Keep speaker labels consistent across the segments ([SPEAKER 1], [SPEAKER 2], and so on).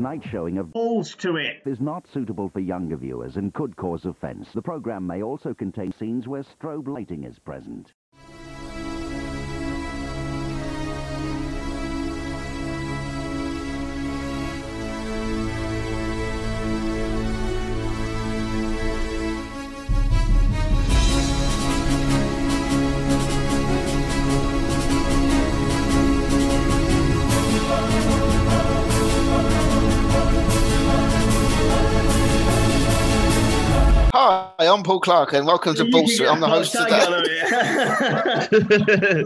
[SPEAKER 1] Night showing of
[SPEAKER 2] balls to it.
[SPEAKER 1] is not suitable for younger viewers and could cause offence. The programme may also contain scenes where strobe lighting is present.
[SPEAKER 3] Hi, I'm Paul Clark, and welcome to
[SPEAKER 2] You
[SPEAKER 3] Ball
[SPEAKER 2] can
[SPEAKER 3] Street.
[SPEAKER 2] get
[SPEAKER 3] I'm the
[SPEAKER 2] Paul
[SPEAKER 3] host
[SPEAKER 2] Tiger
[SPEAKER 3] today.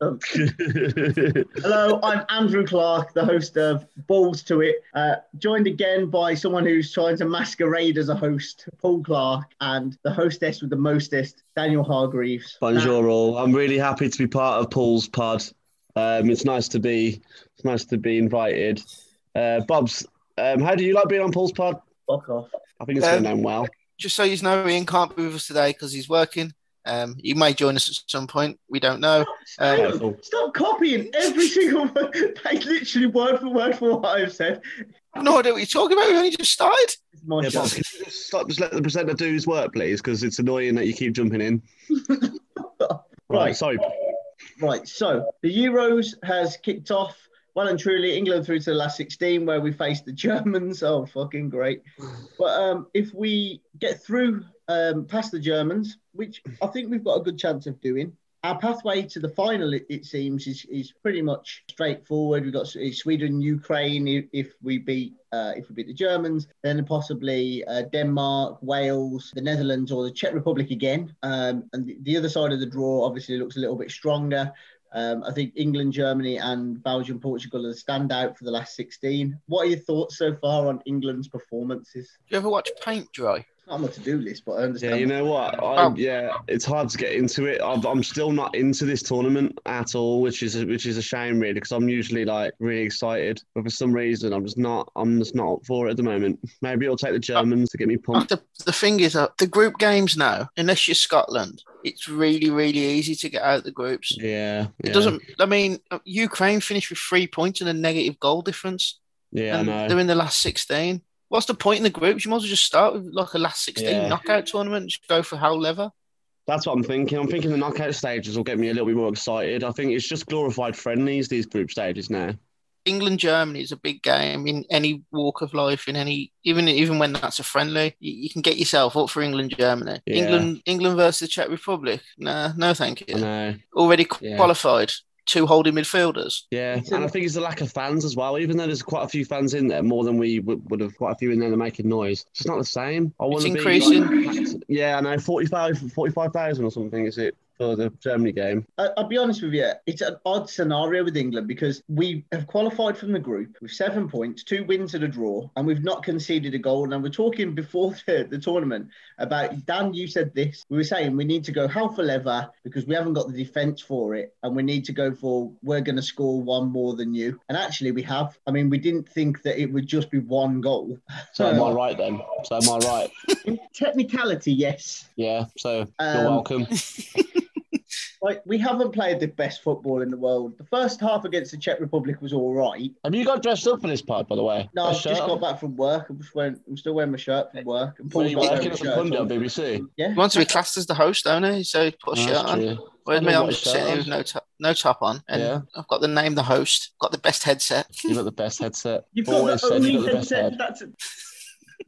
[SPEAKER 2] on it. Hello, I'm Andrew Clark, the host of Balls to It, uh, joined again by someone who's trying to masquerade as a host, Paul Clark, and the hostess with the mostest, Daniel Hargreaves.
[SPEAKER 4] Bonjour all. I'm really happy to be part of Paul's pod. Um, it's nice to be it's nice to be invited. Uh, Bob's, um, how do you like being on Paul's pod?
[SPEAKER 2] Fuck off.
[SPEAKER 4] I think it's
[SPEAKER 3] Um,
[SPEAKER 4] going down well.
[SPEAKER 3] Just so you know, Ian can't be with us today because he's working. Um, he may join us at some point. We don't know.
[SPEAKER 2] Hang on,
[SPEAKER 4] Careful.
[SPEAKER 2] Stop copying every single word. That's literally word for word for what I've said.
[SPEAKER 3] I've no idea what you're talking about. We've only just started.
[SPEAKER 2] It's my
[SPEAKER 4] Yeah,
[SPEAKER 2] show.
[SPEAKER 4] Bob, can you just stop, just let the presenter do his work, please, because it's annoying that you keep jumping in.
[SPEAKER 2] Right.
[SPEAKER 4] sorry.
[SPEAKER 2] Right, so the Euros has kicked off well and truly. England through to the last 16, where we faced the Germans. Oh, fucking great. But um, if we get through um, past the Germans, which I think we've got a good chance of doing, our pathway to the final, it, it seems, is, is pretty much straightforward. We've got S- Sweden, Ukraine, if, if we beat uh, if we beat the Germans, then possibly uh, Denmark, Wales, the Netherlands, or the Czech Republic again. Um, and the, the other side of the draw obviously looks a little bit stronger. Um, I think England, Germany, and Belgium, Portugal are the standout for the last 16. What are your thoughts so far on England's performances?
[SPEAKER 3] Do you ever watch paint dry?
[SPEAKER 2] Not on my to do list, but I
[SPEAKER 4] Yeah,
[SPEAKER 2] understand.
[SPEAKER 4] you know what? I,
[SPEAKER 3] Oh.
[SPEAKER 4] Yeah, it's hard to get into it. I've, I'm still not into this tournament at all, which is which is a shame, really, because I'm usually like really excited, but for some reason, I'm just not. I'm just not up for it at the moment. Maybe it'll take the
[SPEAKER 3] Oh.
[SPEAKER 4] Germans to get me pumped.
[SPEAKER 3] The, the thing is, uh, the group games now, unless you're Scotland, it's really, really easy to get out of the groups.
[SPEAKER 4] Yeah,
[SPEAKER 3] It doesn't, I mean, uh, Ukraine finished with three points and a negative goal difference.
[SPEAKER 4] Yeah, I
[SPEAKER 3] and
[SPEAKER 4] know.
[SPEAKER 3] They're in the last 16. What's the point in the groups? You might as well just start with like a last 16
[SPEAKER 4] Yeah.
[SPEAKER 3] knockout tournament, just go for whole lever.
[SPEAKER 4] That's what I'm thinking. I'm thinking the knockout stages will get me a little bit more excited. I think it's just glorified friendlies these group stages now.
[SPEAKER 3] England Germany is a big game in any walk of life, in any even even when that's a friendly, you, you can get yourself up for England Germany.
[SPEAKER 4] Yeah.
[SPEAKER 3] England England versus the Czech Republic. Nah, no thank
[SPEAKER 4] I
[SPEAKER 3] you.
[SPEAKER 4] know.
[SPEAKER 3] Already qu-
[SPEAKER 4] Yeah.
[SPEAKER 3] qualified. Two holding midfielders.
[SPEAKER 4] Yeah,
[SPEAKER 2] So-
[SPEAKER 4] and I think it's the lack of fans as well. Even though there's quite a few fans in there, more than we would, would have, quite a few in there that are making noise. It's just not the same. I want to
[SPEAKER 3] increasing.
[SPEAKER 4] Be, yeah, I know 45 45,000 or something is it for the Germany game?
[SPEAKER 2] I- I'll be honest with you, it's an odd scenario with England because we have qualified from the group with seven points, two wins and a draw, and we've not conceded a goal. And we're talking before the, the tournament about Dan, you said this. We were saying we need to go half a lever because we haven't got the defence for it, and we need to go for we're going to score one more than you. And actually, we have. I mean, we didn't think that it would just be one goal.
[SPEAKER 4] So am I right then? So am I right?
[SPEAKER 2] In technicality, yes.
[SPEAKER 4] Yeah. So
[SPEAKER 2] Um,
[SPEAKER 4] you're welcome.
[SPEAKER 2] Like we haven't played the best football in the world. The first half against the Czech Republic was all right.
[SPEAKER 4] Have you got dressed up for this part, by the way?
[SPEAKER 2] No,
[SPEAKER 4] A
[SPEAKER 2] I've just
[SPEAKER 4] shirt?
[SPEAKER 2] got back from work. I'm, just wearing, I'm still wearing my shirt from work. And
[SPEAKER 4] Were
[SPEAKER 2] Paul's
[SPEAKER 4] you
[SPEAKER 2] got
[SPEAKER 4] working
[SPEAKER 2] his
[SPEAKER 4] as a
[SPEAKER 2] shirt
[SPEAKER 4] pundit on
[SPEAKER 2] on.
[SPEAKER 4] BBC?
[SPEAKER 2] Yeah.
[SPEAKER 3] He wants to be classed as the host, don't he? So he put a
[SPEAKER 4] Oh,
[SPEAKER 3] shirt
[SPEAKER 4] that's
[SPEAKER 3] on.
[SPEAKER 4] true.
[SPEAKER 3] Whereas
[SPEAKER 4] I
[SPEAKER 3] me,
[SPEAKER 4] don't
[SPEAKER 3] I'm
[SPEAKER 4] want a shirt
[SPEAKER 3] sitting here
[SPEAKER 4] on.
[SPEAKER 3] with no top, no top on, and
[SPEAKER 4] Yeah.
[SPEAKER 3] I've got the name, the host, got the best headset.
[SPEAKER 4] You've got the best headset.
[SPEAKER 2] You've got
[SPEAKER 4] Always
[SPEAKER 2] the
[SPEAKER 4] said
[SPEAKER 2] only
[SPEAKER 4] you've got the best
[SPEAKER 2] headset.
[SPEAKER 4] head.
[SPEAKER 2] That's,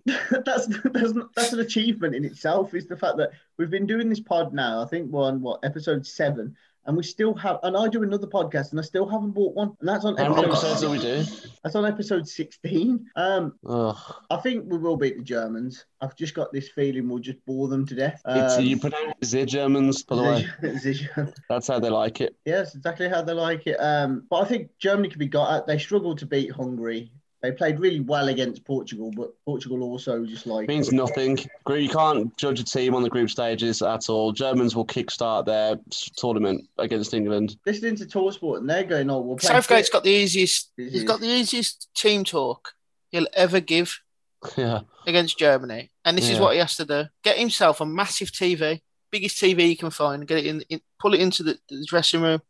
[SPEAKER 2] that's, that's, that's an achievement in itself, is the fact that we've been doing this pod now, I think we're on what, episode seven, and we still have, and I do another podcast and I still haven't bought one. And that's on
[SPEAKER 4] How many episodes
[SPEAKER 2] episode,
[SPEAKER 4] do we do?
[SPEAKER 2] that's on episode 16. Um,
[SPEAKER 4] Ugh.
[SPEAKER 2] I think we will beat the Germans. I've just got this feeling we'll just bore them to death.
[SPEAKER 4] It's,
[SPEAKER 2] Um,
[SPEAKER 4] you pronounce it the Germans, by the way. That's how they like it.
[SPEAKER 2] Yeah, that's exactly how they like it. Um, but I think Germany could be got at. They struggled to beat Hungary. They played really well against Portugal, but Portugal also just like
[SPEAKER 4] means nothing. Gr- You can't judge a team on the group stages at all. Germans will kickstart their s- tournament against England.
[SPEAKER 2] listening to Talksport and they're going, "Oh, we'll play."
[SPEAKER 3] Southgate's
[SPEAKER 2] fit."
[SPEAKER 3] got the easiest. He's
[SPEAKER 2] Mhm.
[SPEAKER 3] got the easiest team talk he'll ever give.
[SPEAKER 4] Yeah,
[SPEAKER 3] against Germany, and this is
[SPEAKER 4] Yeah.
[SPEAKER 3] what he has to do: get himself a massive TV, biggest TV he can find, get it in, in pull it into the, the dressing room,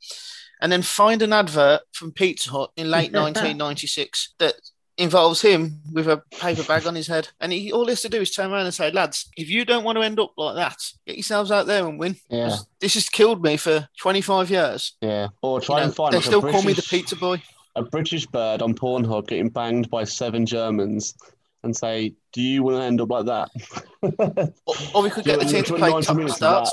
[SPEAKER 3] and then find an advert from Pizza Hut in late 1996 that involves him with a paper bag on his head. And he all he has to do is turn around and say, lads, if you don't want to end up like that, get yourselves out there and win.
[SPEAKER 4] Yeah,
[SPEAKER 3] This has killed me for 25 years.
[SPEAKER 4] yeah. Or
[SPEAKER 3] You
[SPEAKER 4] try
[SPEAKER 3] know,
[SPEAKER 4] and find
[SPEAKER 3] they
[SPEAKER 4] like,
[SPEAKER 3] still
[SPEAKER 4] a British,
[SPEAKER 3] call me the pizza boy.
[SPEAKER 4] a British bird on Pornhub getting banged by seven Germans and say, "Do you want to end up like that?"
[SPEAKER 3] Or, or we could get the team to play top starts.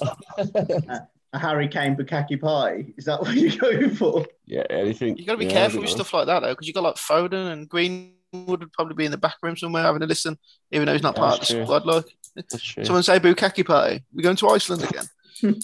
[SPEAKER 2] A Harry Kane Bukaki pie. Is that what you're going for?
[SPEAKER 4] yeah, anything.
[SPEAKER 3] you got to be
[SPEAKER 4] yeah, I
[SPEAKER 3] careful
[SPEAKER 4] don't
[SPEAKER 3] with
[SPEAKER 4] know.
[SPEAKER 3] stuff like that, though, because you've got like Foden and Greenwood would probably be in the back room somewhere having a listen, even though he's not
[SPEAKER 4] Yeah,
[SPEAKER 3] part of the
[SPEAKER 4] that's true.
[SPEAKER 3] squad. Like,
[SPEAKER 4] That's true.
[SPEAKER 3] someone say Bukaki Party. We're going to Iceland again.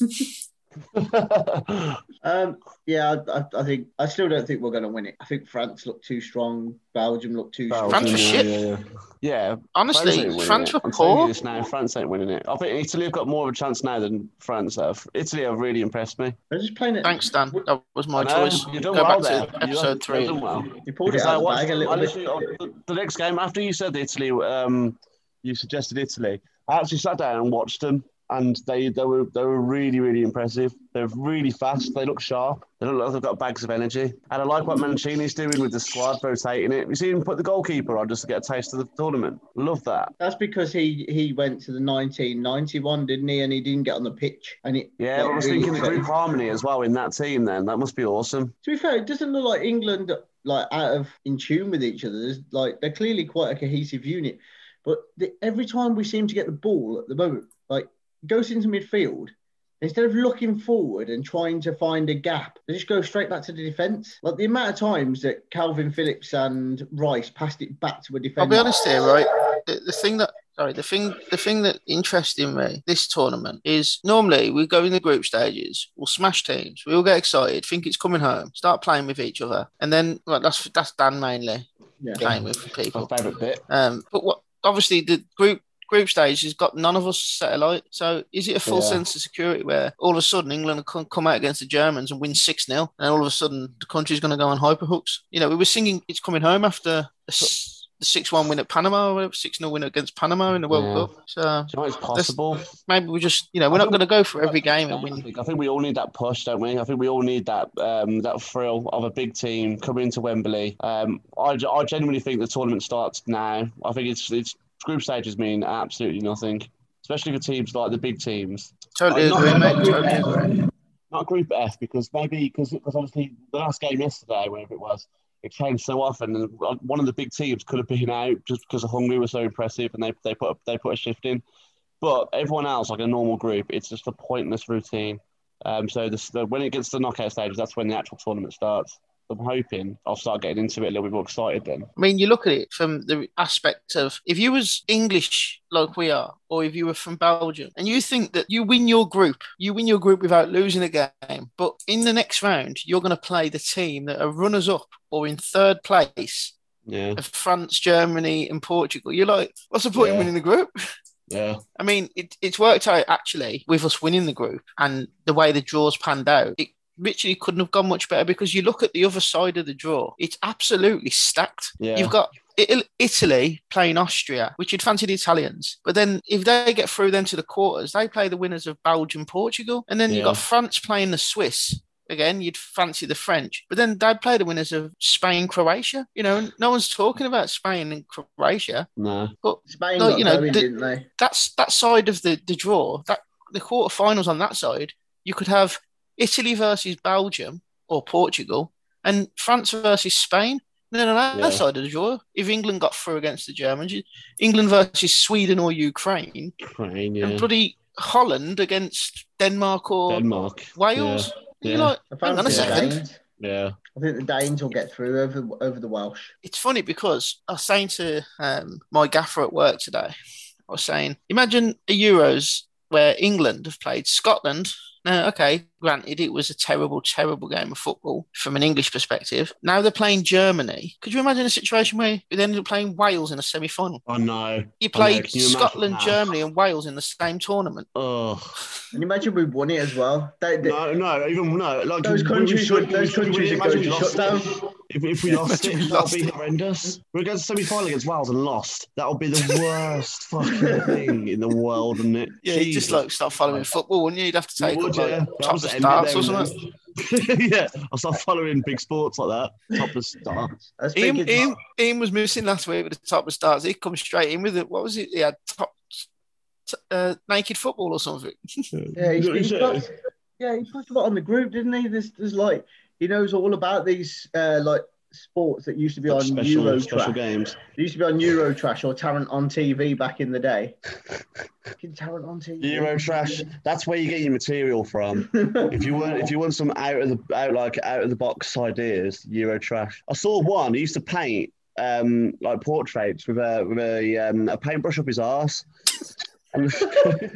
[SPEAKER 2] Um, yeah, I, I, I think I still don't think we're going to win it. I think France looked too strong. Belgium looked too strong.
[SPEAKER 3] France was
[SPEAKER 4] yeah,
[SPEAKER 3] shit.
[SPEAKER 4] Yeah, yeah. yeah France ain't
[SPEAKER 3] Honestly,
[SPEAKER 4] winning
[SPEAKER 3] France
[SPEAKER 4] it.
[SPEAKER 3] were
[SPEAKER 4] I'm telling you
[SPEAKER 3] poor.
[SPEAKER 4] this now, France ain't winning it. I think Italy have got more of a chance now than France have. Italy have really impressed me.
[SPEAKER 2] They're just playing it.
[SPEAKER 3] Thanks, Dan. That was my
[SPEAKER 4] I know,
[SPEAKER 3] choice.
[SPEAKER 4] You've done
[SPEAKER 3] Go
[SPEAKER 4] well
[SPEAKER 3] back
[SPEAKER 4] there.
[SPEAKER 3] to
[SPEAKER 4] You've done-
[SPEAKER 3] episode three.
[SPEAKER 4] You've done well.
[SPEAKER 2] You pulled it
[SPEAKER 4] Because
[SPEAKER 2] out
[SPEAKER 4] I
[SPEAKER 2] of the
[SPEAKER 4] watched-
[SPEAKER 2] bag a
[SPEAKER 4] I
[SPEAKER 2] little
[SPEAKER 4] literally-
[SPEAKER 2] bit.
[SPEAKER 4] the- the next game after you said Italy, um, you suggested Italy. I actually sat down and watched them, and they, they were they were really really impressive. They're really fast. They look sharp. They look like they've got bags of energy. And I like what Mancini's doing with the squad, rotating it. You see him put the goalkeeper on just to get a taste of the tournament. Love that.
[SPEAKER 2] That's because he he went to the 1991, didn't he? And he didn't get on the pitch. And it
[SPEAKER 4] Yeah, I was thinking the group harmony as well in that team. Then that must be awesome.
[SPEAKER 2] To be fair, it doesn't look like England like out of in tune with each other. There's, like they're clearly quite a cohesive unit, but the, every time we seem to get the ball at the moment, like goes into midfield. Instead of looking forward and trying to find a gap, they just go straight back to the defence. Like the amount of times that Calvin Phillips and Rice passed it back to a defender.
[SPEAKER 3] I'll be honest here, right? The, the thing that sorry, the thing the thing that interested me this tournament is normally we go in the group stages, we'll smash teams, we all get excited, think it's coming home, start playing with each other, and then well, that's that's Dan mainly
[SPEAKER 2] Yeah.
[SPEAKER 3] playing with
[SPEAKER 4] My
[SPEAKER 3] people.
[SPEAKER 4] favourite bit.
[SPEAKER 3] Um, but what obviously the group group stage has got none of us satellite. So is it a full
[SPEAKER 4] Yeah.
[SPEAKER 3] sense of security where all of a sudden England can come out against the Germans and win six 0 and all of a sudden the country's going to go on hyperhooks? You know, we were singing "It's Coming Home" after the six one win at Panama, six 0 win against Panama in the World
[SPEAKER 4] Yeah.
[SPEAKER 3] Cup. So
[SPEAKER 4] Do you know it's possible?
[SPEAKER 3] maybe we just you know we're not going to go for every game and
[SPEAKER 4] I
[SPEAKER 3] win.
[SPEAKER 4] think, I think we all need that push, don't we? I think we all need that um, that thrill of a big team coming into Wembley. Um, I, I genuinely think the tournament starts now. I think it's, it's group stages mean absolutely nothing, especially for teams like the big teams.
[SPEAKER 3] Totally
[SPEAKER 4] Not-
[SPEAKER 3] agree,
[SPEAKER 4] not
[SPEAKER 3] mate.
[SPEAKER 4] Group
[SPEAKER 3] Totally
[SPEAKER 4] F.
[SPEAKER 3] agree.
[SPEAKER 4] Not Group F because maybe because because obviously the last game yesterday, wherever it was. It changed so often, and uh, one of the big teams could have been out just because Hungary were so impressive, and they, they put a, they put a shift in. But everyone else, like a normal group, it's just a pointless routine. Um, so this, the, when it gets to the knockout stages, that's when the actual tournament starts. I'm hoping I'll start getting into it a little bit more excited then.
[SPEAKER 3] I mean, you look at it from the aspect of if you was English like we are, or if you were from Belgium, and you think that you win your group, you win your group without losing a game, but in the next round you're going to play the team that are runners up or in third place
[SPEAKER 4] Yeah,
[SPEAKER 3] of France, Germany, and Portugal. You're like, what's the point in
[SPEAKER 4] Yeah.
[SPEAKER 3] winning the group?
[SPEAKER 4] yeah,
[SPEAKER 3] I mean, it, it's worked out actually with us winning the group and the way the draws panned out. It literally couldn't have gone much better because you look at the other side of the draw, it's absolutely stacked.
[SPEAKER 4] Yeah.
[SPEAKER 3] You've got Ital- Italy playing Austria, which you'd fancy the Italians. But then if they get through then to the quarters, they play the winners of Belgium, Portugal. And then you've got
[SPEAKER 4] Yeah.
[SPEAKER 3] France playing the Swiss. Again, you'd fancy the French, but then they play the winners of Spain, Croatia. You know, no one's talking about Spain and Croatia.
[SPEAKER 4] no,
[SPEAKER 2] Spain
[SPEAKER 3] No,
[SPEAKER 2] got
[SPEAKER 3] you know,
[SPEAKER 2] going,
[SPEAKER 3] the-
[SPEAKER 2] didn't they?
[SPEAKER 3] that's that side of the the draw that the quarterfinals on that side you could have Italy versus Belgium or Portugal and France versus Spain and then on that
[SPEAKER 4] Yeah.
[SPEAKER 3] side of the draw if England got through against the Germans you- England versus Sweden or Ukraine
[SPEAKER 4] Ukraine,
[SPEAKER 3] and
[SPEAKER 4] yeah,
[SPEAKER 3] bloody Holland against Denmark or
[SPEAKER 4] Denmark,
[SPEAKER 3] Wales
[SPEAKER 4] Yeah.
[SPEAKER 3] you're
[SPEAKER 4] Yeah.
[SPEAKER 3] like
[SPEAKER 2] I
[SPEAKER 3] hang on a
[SPEAKER 2] fancy the
[SPEAKER 3] second
[SPEAKER 2] Danes.
[SPEAKER 4] yeah,
[SPEAKER 2] I think the Danes will get through over over the Welsh.
[SPEAKER 3] it's funny because I was saying to um, my gaffer at work today, I was saying, imagine a Euros where England have played Scotland. Now, okay, granted, it was a terrible, terrible game of football from an English perspective. Now they're playing Germany. Could you imagine a situation where we then end up playing Wales in a semi final?
[SPEAKER 4] I know.
[SPEAKER 3] You
[SPEAKER 4] I know,
[SPEAKER 3] played
[SPEAKER 4] Oh, can you imagine
[SPEAKER 3] Scotland,
[SPEAKER 4] that?
[SPEAKER 3] Germany, and Wales in the same tournament.
[SPEAKER 4] Oh
[SPEAKER 2] And imagine we won it as well. They, they-
[SPEAKER 4] no, no, even no. Like
[SPEAKER 2] those
[SPEAKER 4] we- we
[SPEAKER 2] countries
[SPEAKER 4] should-
[SPEAKER 2] would those
[SPEAKER 4] we- we-
[SPEAKER 2] countries would go
[SPEAKER 4] imagine
[SPEAKER 2] into
[SPEAKER 4] we lost
[SPEAKER 2] shutdown.
[SPEAKER 4] it. If, if we lost it,
[SPEAKER 3] We
[SPEAKER 4] that'll
[SPEAKER 3] lost
[SPEAKER 4] be
[SPEAKER 3] it.
[SPEAKER 4] horrendous. We're going to semi final against Wales and lost. That'll be the worst fucking thing in the world, wouldn't it?
[SPEAKER 3] Yeah, you'd just
[SPEAKER 4] Jesus.
[SPEAKER 3] like start following football, wouldn't you? You'd have to
[SPEAKER 4] You
[SPEAKER 3] take
[SPEAKER 4] would,
[SPEAKER 3] up, like,
[SPEAKER 4] yeah. That
[SPEAKER 3] top
[SPEAKER 4] was the end
[SPEAKER 3] starts
[SPEAKER 4] of
[SPEAKER 3] or
[SPEAKER 4] them,
[SPEAKER 3] something.
[SPEAKER 4] then. yeah, I'll start following big sports like that. Top of starts.
[SPEAKER 2] That's
[SPEAKER 3] Ian,
[SPEAKER 2] big-
[SPEAKER 3] Ian, Ian was missing last week with the top of starts. He comes straight in with it. What was it? He had top t- uh, naked football or something.
[SPEAKER 2] Yeah, he's,
[SPEAKER 4] Look,
[SPEAKER 2] he's
[SPEAKER 4] he's, uh,
[SPEAKER 2] got, yeah, he put a lot on the group, didn't he? This there's like he knows all about these uh, like sports that used to be on
[SPEAKER 4] special,
[SPEAKER 2] Euro
[SPEAKER 4] special
[SPEAKER 2] Trash.
[SPEAKER 4] games.
[SPEAKER 2] They used to be on Euro Trash or Tarrant on TV back in the day. Fucking Tarrant on TV.
[SPEAKER 4] Euro trash. That's where you get your material from. If you want, if you want some out of the out like out of the box ideas, Euro trash. I saw one. He used to paint um like portraits with a with a um, a paintbrush up his ass. And,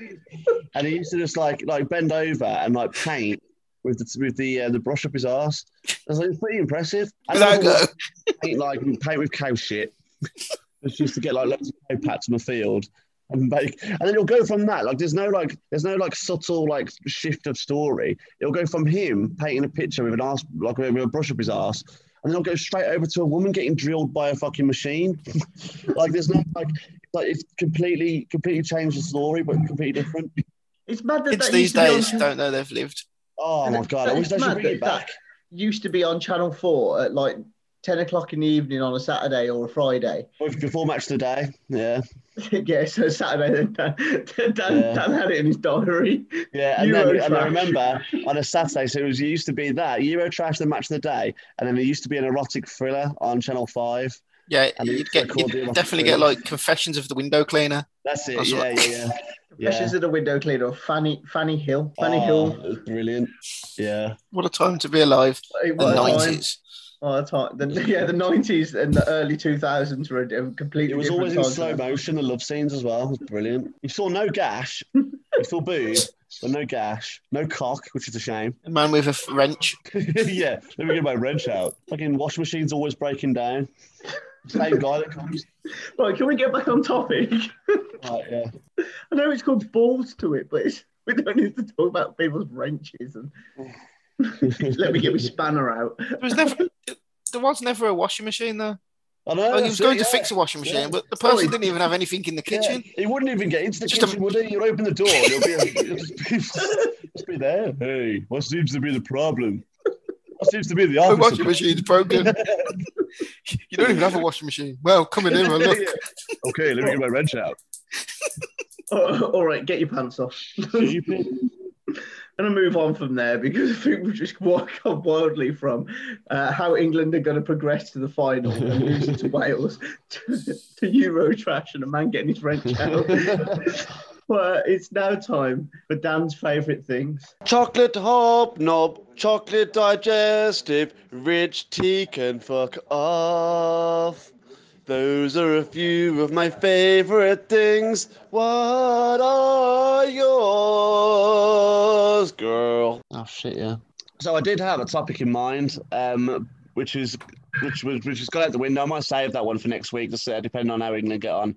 [SPEAKER 4] and he used to just like like bend over and like paint with the with the uh, the brush up his ass. I was like, it's pretty impressive. And
[SPEAKER 3] Without
[SPEAKER 4] also,
[SPEAKER 3] go.
[SPEAKER 4] paint like paint with cow shit. Just used to get like loads of cow pats on the field and make, and then it'll go from that. Like there's no like there's no like subtle like shift of story. It'll go from him painting a picture with an ass like with a brush up his ass. And then it'll go straight over to a woman getting drilled by a fucking machine. like there's no like like it's completely completely changed the story, but completely different.
[SPEAKER 2] it's mad that
[SPEAKER 3] Kids
[SPEAKER 2] that used
[SPEAKER 3] these
[SPEAKER 2] to be on
[SPEAKER 3] days
[SPEAKER 2] Channel-
[SPEAKER 3] don't know they've lived.
[SPEAKER 4] Oh my god! I wish they should bring it back.
[SPEAKER 2] used to be on Channel Four at like ten o'clock in the evening on a Saturday or a Friday.
[SPEAKER 4] Before match today, yeah,
[SPEAKER 2] yeah, so Saturday then Dan, Dan,
[SPEAKER 4] Yeah.
[SPEAKER 2] Dan had it in his diary.
[SPEAKER 4] yeah. And,
[SPEAKER 2] Euro
[SPEAKER 4] then, and I
[SPEAKER 2] trash.
[SPEAKER 4] remember on a Saturday, so it was it used to be that Euro trash the match of the day, and then there used to be an erotic thriller on Channel Five.
[SPEAKER 3] Yeah,
[SPEAKER 4] And
[SPEAKER 3] you'd
[SPEAKER 4] it's
[SPEAKER 3] get
[SPEAKER 4] like all the
[SPEAKER 3] you'd
[SPEAKER 4] other
[SPEAKER 3] definitely get
[SPEAKER 4] things.
[SPEAKER 3] like confessions of the window cleaner.
[SPEAKER 4] That's it.
[SPEAKER 3] That's
[SPEAKER 4] yeah,
[SPEAKER 3] right.
[SPEAKER 4] yeah, yeah.
[SPEAKER 2] Confessions of the window cleaner, Fanny Fanny Hill, Fanny
[SPEAKER 4] Oh,
[SPEAKER 2] Hill.
[SPEAKER 4] it was brilliant. Yeah.
[SPEAKER 3] What a time to be alive.
[SPEAKER 2] It
[SPEAKER 3] The
[SPEAKER 2] was time.
[SPEAKER 3] nineties.
[SPEAKER 2] Oh, that's hard. The, yeah, the nineties and the early two thousands were a, a completely.
[SPEAKER 4] It was
[SPEAKER 2] different
[SPEAKER 4] always in
[SPEAKER 2] time to
[SPEAKER 4] slow
[SPEAKER 2] that.
[SPEAKER 4] motion, the love scenes as well. It was brilliant. You saw no gash, you saw boob, but no gash, no cock, which is a shame.
[SPEAKER 3] A man with a f- wrench.
[SPEAKER 4] yeah, let me get my wrench out. Fucking wash machine's always breaking down. Same guy that comes.
[SPEAKER 2] Right, can we get back on topic?
[SPEAKER 4] Right, yeah.
[SPEAKER 2] I know it's called balls to it, but it's, we don't need to talk about people's wrenches and let me get my spanner out.
[SPEAKER 3] There was never there was never a washing machine though.
[SPEAKER 4] I
[SPEAKER 2] Oh,
[SPEAKER 4] know.
[SPEAKER 3] Like he was
[SPEAKER 4] that's
[SPEAKER 3] Oh, going
[SPEAKER 4] it,
[SPEAKER 3] to
[SPEAKER 4] yeah.
[SPEAKER 3] fix a washing machine,
[SPEAKER 4] Yeah.
[SPEAKER 3] but the person didn't even have anything in the kitchen.
[SPEAKER 4] Yeah, He wouldn't even get into the
[SPEAKER 3] Just a-
[SPEAKER 4] kitchen, would he? You'd open the door, and he'll be, he'll just, be just be there. Hey, what seems to be the problem? What seems to be the
[SPEAKER 3] My
[SPEAKER 4] office?
[SPEAKER 3] washing machine's broken. you don't even have a washing machine. Well, come in here and look.
[SPEAKER 4] okay, let me get my wrench out.
[SPEAKER 2] Oh, all right, get your pants off. I'm gonna move on from there because I think we just walk on wildly from uh, how England are gonna progress to the final and losing to Wales to, to Euro trash and a man getting his wrench out. Well, it's now time for Dan's favourite things.
[SPEAKER 5] Chocolate hobnob, chocolate digestive, rich tea can fuck off. Those are a few of my favorite things. What are yours, girl? Oh shit, yeah.
[SPEAKER 4] So I did have a topic in mind, um, which is which was which has gone out the window. I might save that one for next week, just uh, depending on how England get on.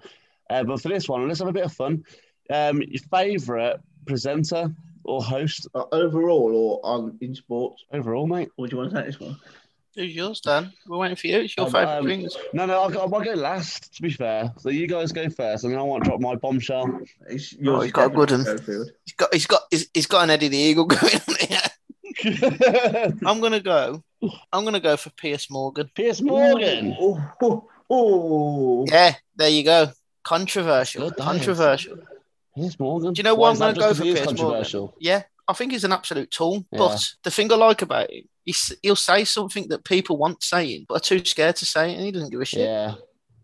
[SPEAKER 4] Uh, but for this one, let's have a bit of fun. Um, your favourite presenter or host
[SPEAKER 2] Uh, overall or on in sports?
[SPEAKER 4] overall, mate?
[SPEAKER 2] Or do you want to take this one?
[SPEAKER 3] Who's yours, Dan? We're waiting for you. It's your
[SPEAKER 4] Um,
[SPEAKER 3] favourite
[SPEAKER 4] um,
[SPEAKER 3] things.
[SPEAKER 4] No, no, I'll go, I'll go last. To be fair, so you guys go first, and then I want to drop my bombshell.
[SPEAKER 2] It's yours.
[SPEAKER 3] Oh, he's got a good one.
[SPEAKER 2] Schofield.
[SPEAKER 3] He's got he's got he's, he's got an Eddie the Eagle going on here. I'm gonna go. I'm gonna go for Pierce Morgan.
[SPEAKER 4] Piers Morgan.
[SPEAKER 2] Oh, oh, oh.
[SPEAKER 3] Yeah, there you go. Controversial.
[SPEAKER 4] Good, that is.
[SPEAKER 3] Controversial.
[SPEAKER 4] Piers Morgan.
[SPEAKER 3] Do you know
[SPEAKER 4] Why
[SPEAKER 3] what
[SPEAKER 4] is
[SPEAKER 3] I'm
[SPEAKER 4] that
[SPEAKER 3] gonna
[SPEAKER 4] just
[SPEAKER 3] go for,
[SPEAKER 4] because he is
[SPEAKER 3] Piers Morgan?
[SPEAKER 4] controversial?
[SPEAKER 3] Yeah, I think he's an absolute tool.
[SPEAKER 4] Yeah.
[SPEAKER 3] But the thing I like about him, he's, he'll say something that people want saying, but are too scared to say it, and he doesn't give a shit.
[SPEAKER 4] Yeah.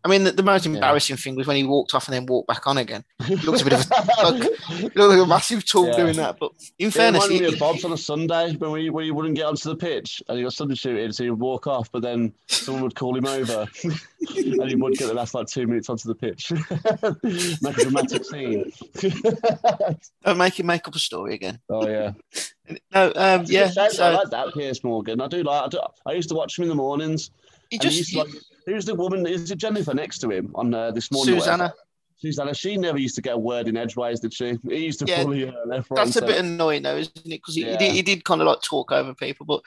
[SPEAKER 3] I mean, the, the most
[SPEAKER 4] Yeah.
[SPEAKER 3] embarrassing thing was when he walked off and then walked back on again. looks a bit of You know, like a massive tool
[SPEAKER 4] Yeah.
[SPEAKER 3] doing that. But in
[SPEAKER 4] It
[SPEAKER 3] fairness,
[SPEAKER 4] reminded
[SPEAKER 3] he-
[SPEAKER 4] me of Bob's on a Sunday when we, we wouldn't get onto the pitch and he got substituted, so he'd walk off, but then someone would call him over and he would get the last like two minutes onto the pitch. Make a dramatic scene.
[SPEAKER 3] don't uh, make him make up a story again.
[SPEAKER 4] oh yeah,
[SPEAKER 3] No, um,
[SPEAKER 4] It's a
[SPEAKER 3] yeah.
[SPEAKER 4] good shout, I
[SPEAKER 3] So
[SPEAKER 4] like that Piers Morgan. I do like. I, do, I used to watch him in the mornings.
[SPEAKER 3] he
[SPEAKER 4] and he used
[SPEAKER 3] just
[SPEAKER 4] to, like, who's the woman? Is it Jennifer next to him on uh, this morning? or whatever?
[SPEAKER 3] Susanna.
[SPEAKER 4] Susanna. She never used to get a word in edgeways, did she? He used to
[SPEAKER 3] Yeah,
[SPEAKER 4] bully her left, right, and
[SPEAKER 3] That's a
[SPEAKER 4] centre.
[SPEAKER 3] bit annoying though, isn't it? Because he, he
[SPEAKER 4] Yeah.
[SPEAKER 3] did, he did kind of like talk over people, but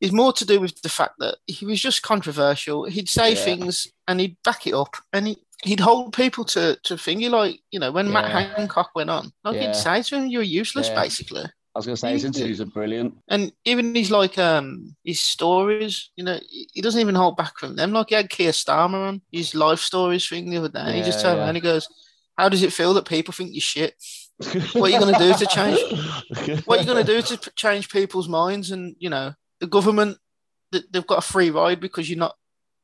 [SPEAKER 3] it's more to do with the fact that he was just controversial. He'd say
[SPEAKER 4] Yeah.
[SPEAKER 3] things and he'd back it up, and he. He'd hold people to to thingy like you know when Matt
[SPEAKER 4] Yeah.
[SPEAKER 3] Hancock went on, like
[SPEAKER 4] Yeah.
[SPEAKER 3] he'd say to him, "You're useless,"
[SPEAKER 4] Yeah.
[SPEAKER 3] basically.
[SPEAKER 4] I was going to say his interviews are brilliant.
[SPEAKER 3] And even his like um his stories, you know, he he doesn't even hold back from them. Like he had Keir Starmer on his life stories thing the other day. he just
[SPEAKER 4] Yeah,
[SPEAKER 3] turned
[SPEAKER 4] yeah.
[SPEAKER 3] around and he goes, "How does it feel that people think you shit? What are you gonna do to
[SPEAKER 4] change?
[SPEAKER 3] What are you gonna do to p- change people's minds?" And you know, the government, th- they've got a free ride because you're not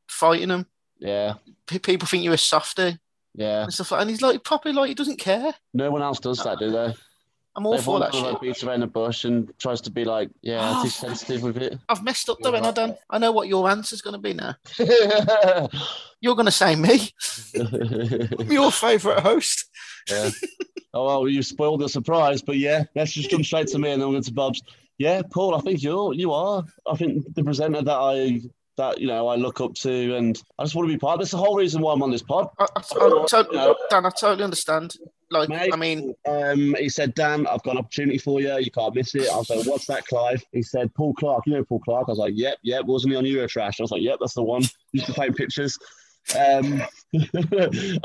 [SPEAKER 3] fighting them.
[SPEAKER 4] Yeah,
[SPEAKER 3] P- people think you're a softy
[SPEAKER 4] yeah.
[SPEAKER 3] and stuff like. And he's like, probably like he doesn't care.
[SPEAKER 4] No one else does that, do they?
[SPEAKER 3] I'm all
[SPEAKER 4] They've
[SPEAKER 3] for
[SPEAKER 4] all
[SPEAKER 3] that
[SPEAKER 4] kind of
[SPEAKER 3] shit.
[SPEAKER 4] like beats around the bush and tries to be like, yeah,
[SPEAKER 3] Oh,
[SPEAKER 4] too
[SPEAKER 3] fuck.
[SPEAKER 4] sensitive with it.
[SPEAKER 3] I've messed up though, and I don't. I know what your answer's going to be now. You're going to say me. I'm your favourite host.
[SPEAKER 4] yeah. Oh well, you spoiled the surprise, but yeah, let's just jump straight to me and then we'll get to Bob's. Yeah, Paul, I think you're you are. I think the presenter that I that you know I look up to and I just want to be part. That's the whole reason why I'm on this pod.
[SPEAKER 3] I, I, I totally, Dan, I totally understand. Like,
[SPEAKER 4] uh, Mate,
[SPEAKER 3] I mean,
[SPEAKER 4] um, he said, Dan, I've got an opportunity for you. You can't miss it. I was like, what's that, Clive? He said, Paul Clark. You know Paul Clark? I was like, yep, yep. Wasn't he on Eurotrash? I was like, yep, that's the one. Used to paint pictures. Um, I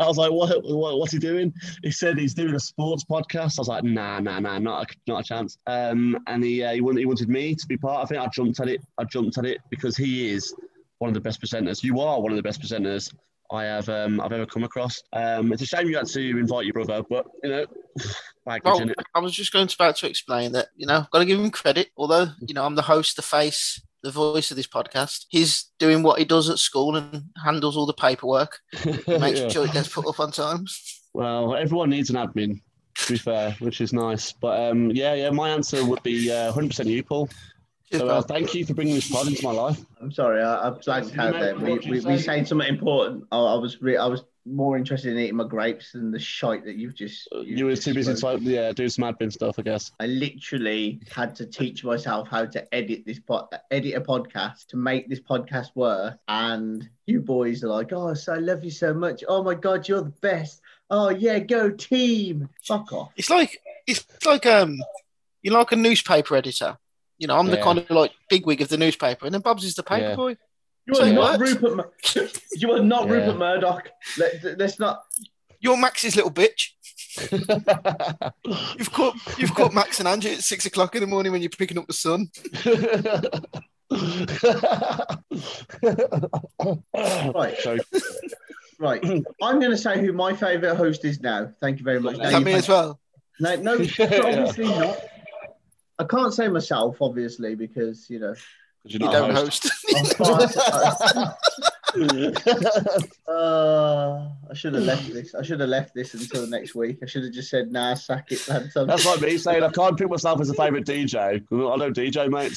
[SPEAKER 4] was like, what, what, what's he doing? He said he's doing a sports podcast. I was like, nah, nah, nah, not a, not a chance. Um, and he, uh, he, wanted, he wanted me to be part of it. I jumped at it. I jumped at it because he is one of the best presenters. You are one of the best presenters I have um, I've ever come across. Um, it's a shame you had to invite your brother, but you know, baggage
[SPEAKER 3] well,
[SPEAKER 4] innit?
[SPEAKER 3] I was just going to about to explain that. You know, I've got to give him credit. Although, you know, I'm the host, the face, the voice of this podcast. He's doing what he does at school and handles all the paperwork, makes
[SPEAKER 4] Yeah.
[SPEAKER 3] sure it gets put up on time.
[SPEAKER 4] Well, everyone needs an admin, to be fair, which is nice. But um, yeah, yeah, my answer would be uh, 100% you, Paul.
[SPEAKER 3] Cheers,
[SPEAKER 4] So,
[SPEAKER 3] bro.
[SPEAKER 4] uh, thank you for bringing this pod into my life.
[SPEAKER 2] I'm sorry, I, I blanked out there. We, we, we saying something important. I, I was re- I was more interested in eating my grapes than the shite that you've just.
[SPEAKER 4] Uh, You were too busy type, yeah, doing some admin stuff, I guess.
[SPEAKER 2] I literally had to teach myself how to edit this pod, edit a podcast to make this podcast work. And you boys are like, "Oh, so I love you so much. Oh my god, you're the best. Oh yeah, go team. Fuck off."
[SPEAKER 3] It's like it's like um, you're like a newspaper editor. You know, I'm the
[SPEAKER 4] Yeah.
[SPEAKER 3] kind of like bigwig of the newspaper, and then Bob's is the paper
[SPEAKER 4] Yeah.
[SPEAKER 3] boy.
[SPEAKER 2] You
[SPEAKER 3] So
[SPEAKER 2] are
[SPEAKER 3] it
[SPEAKER 2] not
[SPEAKER 3] works.
[SPEAKER 2] Rupert. Mur- you are not
[SPEAKER 4] Yeah.
[SPEAKER 2] Rupert Murdoch. Let, let's not.
[SPEAKER 3] You're Max's little bitch. You've caught you've caught Max and Angie at six o'clock in the morning when you're picking up the sun.
[SPEAKER 2] Right.
[SPEAKER 4] Sorry.
[SPEAKER 2] Right. I'm going to say who my favourite host is now. Thank you very much.
[SPEAKER 4] Is
[SPEAKER 3] Is
[SPEAKER 2] Now
[SPEAKER 3] that
[SPEAKER 2] you-
[SPEAKER 3] me as well?
[SPEAKER 2] No, no, obviously not. I can't say myself, obviously, because you know.
[SPEAKER 3] You
[SPEAKER 4] You're not a
[SPEAKER 3] don't
[SPEAKER 4] host.
[SPEAKER 3] host.
[SPEAKER 2] I'm far- uh, I should have left this. I should have left this until next week. I should have just said, "Nah, sack it, lads." I'm-
[SPEAKER 4] That's like me saying I can't pick myself as a favourite DJ. I don't DJ, mate.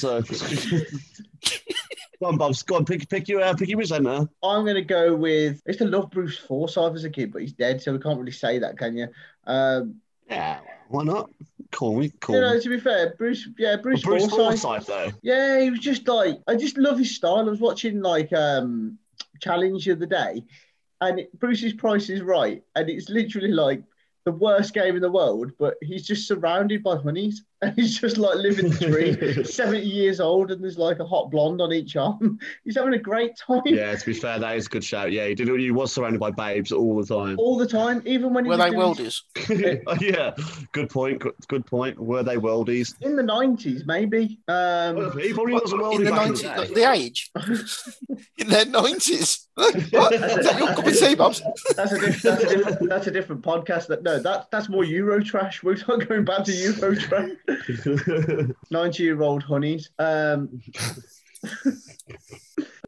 [SPEAKER 4] So go on, Bob. Go on, pick pick your uh, pick your presenter.
[SPEAKER 2] I'm going to go with. I used to love Bruce Forsyth as a kid, but he's dead, so we can't really say that, can you? Um,
[SPEAKER 4] Yeah, why not? Call me, call
[SPEAKER 2] you know,
[SPEAKER 4] me. Oh,
[SPEAKER 2] to be fair, Bruce. Yeah,
[SPEAKER 3] Oh,
[SPEAKER 2] Bruce,
[SPEAKER 4] Bruce
[SPEAKER 2] Forsyth.
[SPEAKER 4] Forsyth, though.
[SPEAKER 2] Yeah, he was just like I just love his style. I was watching like um challenge the other day, and it, Bruce's price is right, and it's literally like the worst game in the world, but he's just surrounded by honeys, and he's just like living the dream. Seventy years old, and there's like a hot blonde on each arm. He's having a great time
[SPEAKER 4] Yeah, to be fair, that is a good shout. Yeah, he did. He was surrounded by babes all the time.
[SPEAKER 2] all the time, even when he
[SPEAKER 3] Were
[SPEAKER 2] was
[SPEAKER 3] they
[SPEAKER 2] doing-
[SPEAKER 3] welders?
[SPEAKER 4] yeah, good point. Good, good point. Were they worldies?
[SPEAKER 2] in the nineties, maybe. Um,
[SPEAKER 4] He probably was a
[SPEAKER 3] in
[SPEAKER 4] worldie
[SPEAKER 3] the
[SPEAKER 4] back in
[SPEAKER 3] nineties,
[SPEAKER 4] the
[SPEAKER 3] the,
[SPEAKER 4] day.
[SPEAKER 3] age, in their nineties. what? Is that your cup of tea, Bob's?
[SPEAKER 2] that's a different. That's a different, that's a different podcast. That no, that that's more Eurotrash. We're not going back to Eurotrash. 90 year old honeys. Um,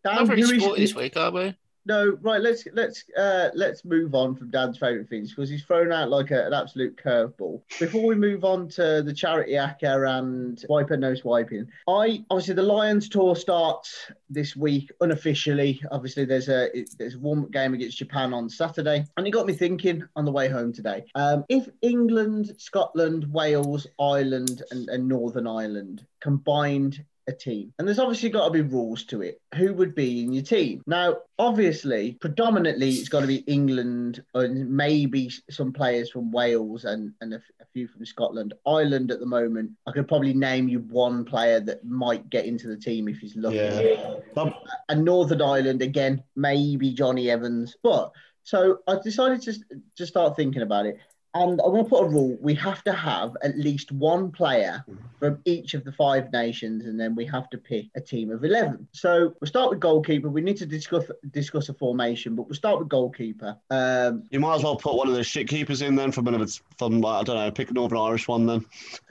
[SPEAKER 3] Not
[SPEAKER 2] Dan,
[SPEAKER 3] very
[SPEAKER 2] who is-
[SPEAKER 3] sporty this week, are we?
[SPEAKER 2] no, right. Let's let's uh, let's move on from Dan's favourite things because he's thrown out like a, an absolute curveball. Before we move on to the charity hacker and wiper no swiping, I obviously the Lions tour starts this week unofficially. Obviously, there's a it- there's a warm up game against Japan on Saturday, and it got me thinking on the way home today. Um, if England, Scotland, Wales, Ireland, and, and Northern Ireland combined a team. And there's obviously got to be rules to it. Who would be in your team? Now, obviously, predominantly it's got to be England and maybe some players from Wales and, and a, f- a few from Scotland. Ireland at the moment, I could probably name you one player that might get into the team if he's lucky.
[SPEAKER 4] Yeah. Um,
[SPEAKER 2] And Northern Ireland, again, maybe Johnny Evans. But so I decided to, to start thinking about it. And I'm going to put a rule: we have to have at least one player from each of the five nations, and then we have to pick a team of eleven. So we'll start with goalkeeper. We need to discuss discuss a formation, but we'll start with goalkeeper. Um,
[SPEAKER 4] You might as well put one of those shit keepers in then from another, from like, I don't know, pick a Northern Irish one then.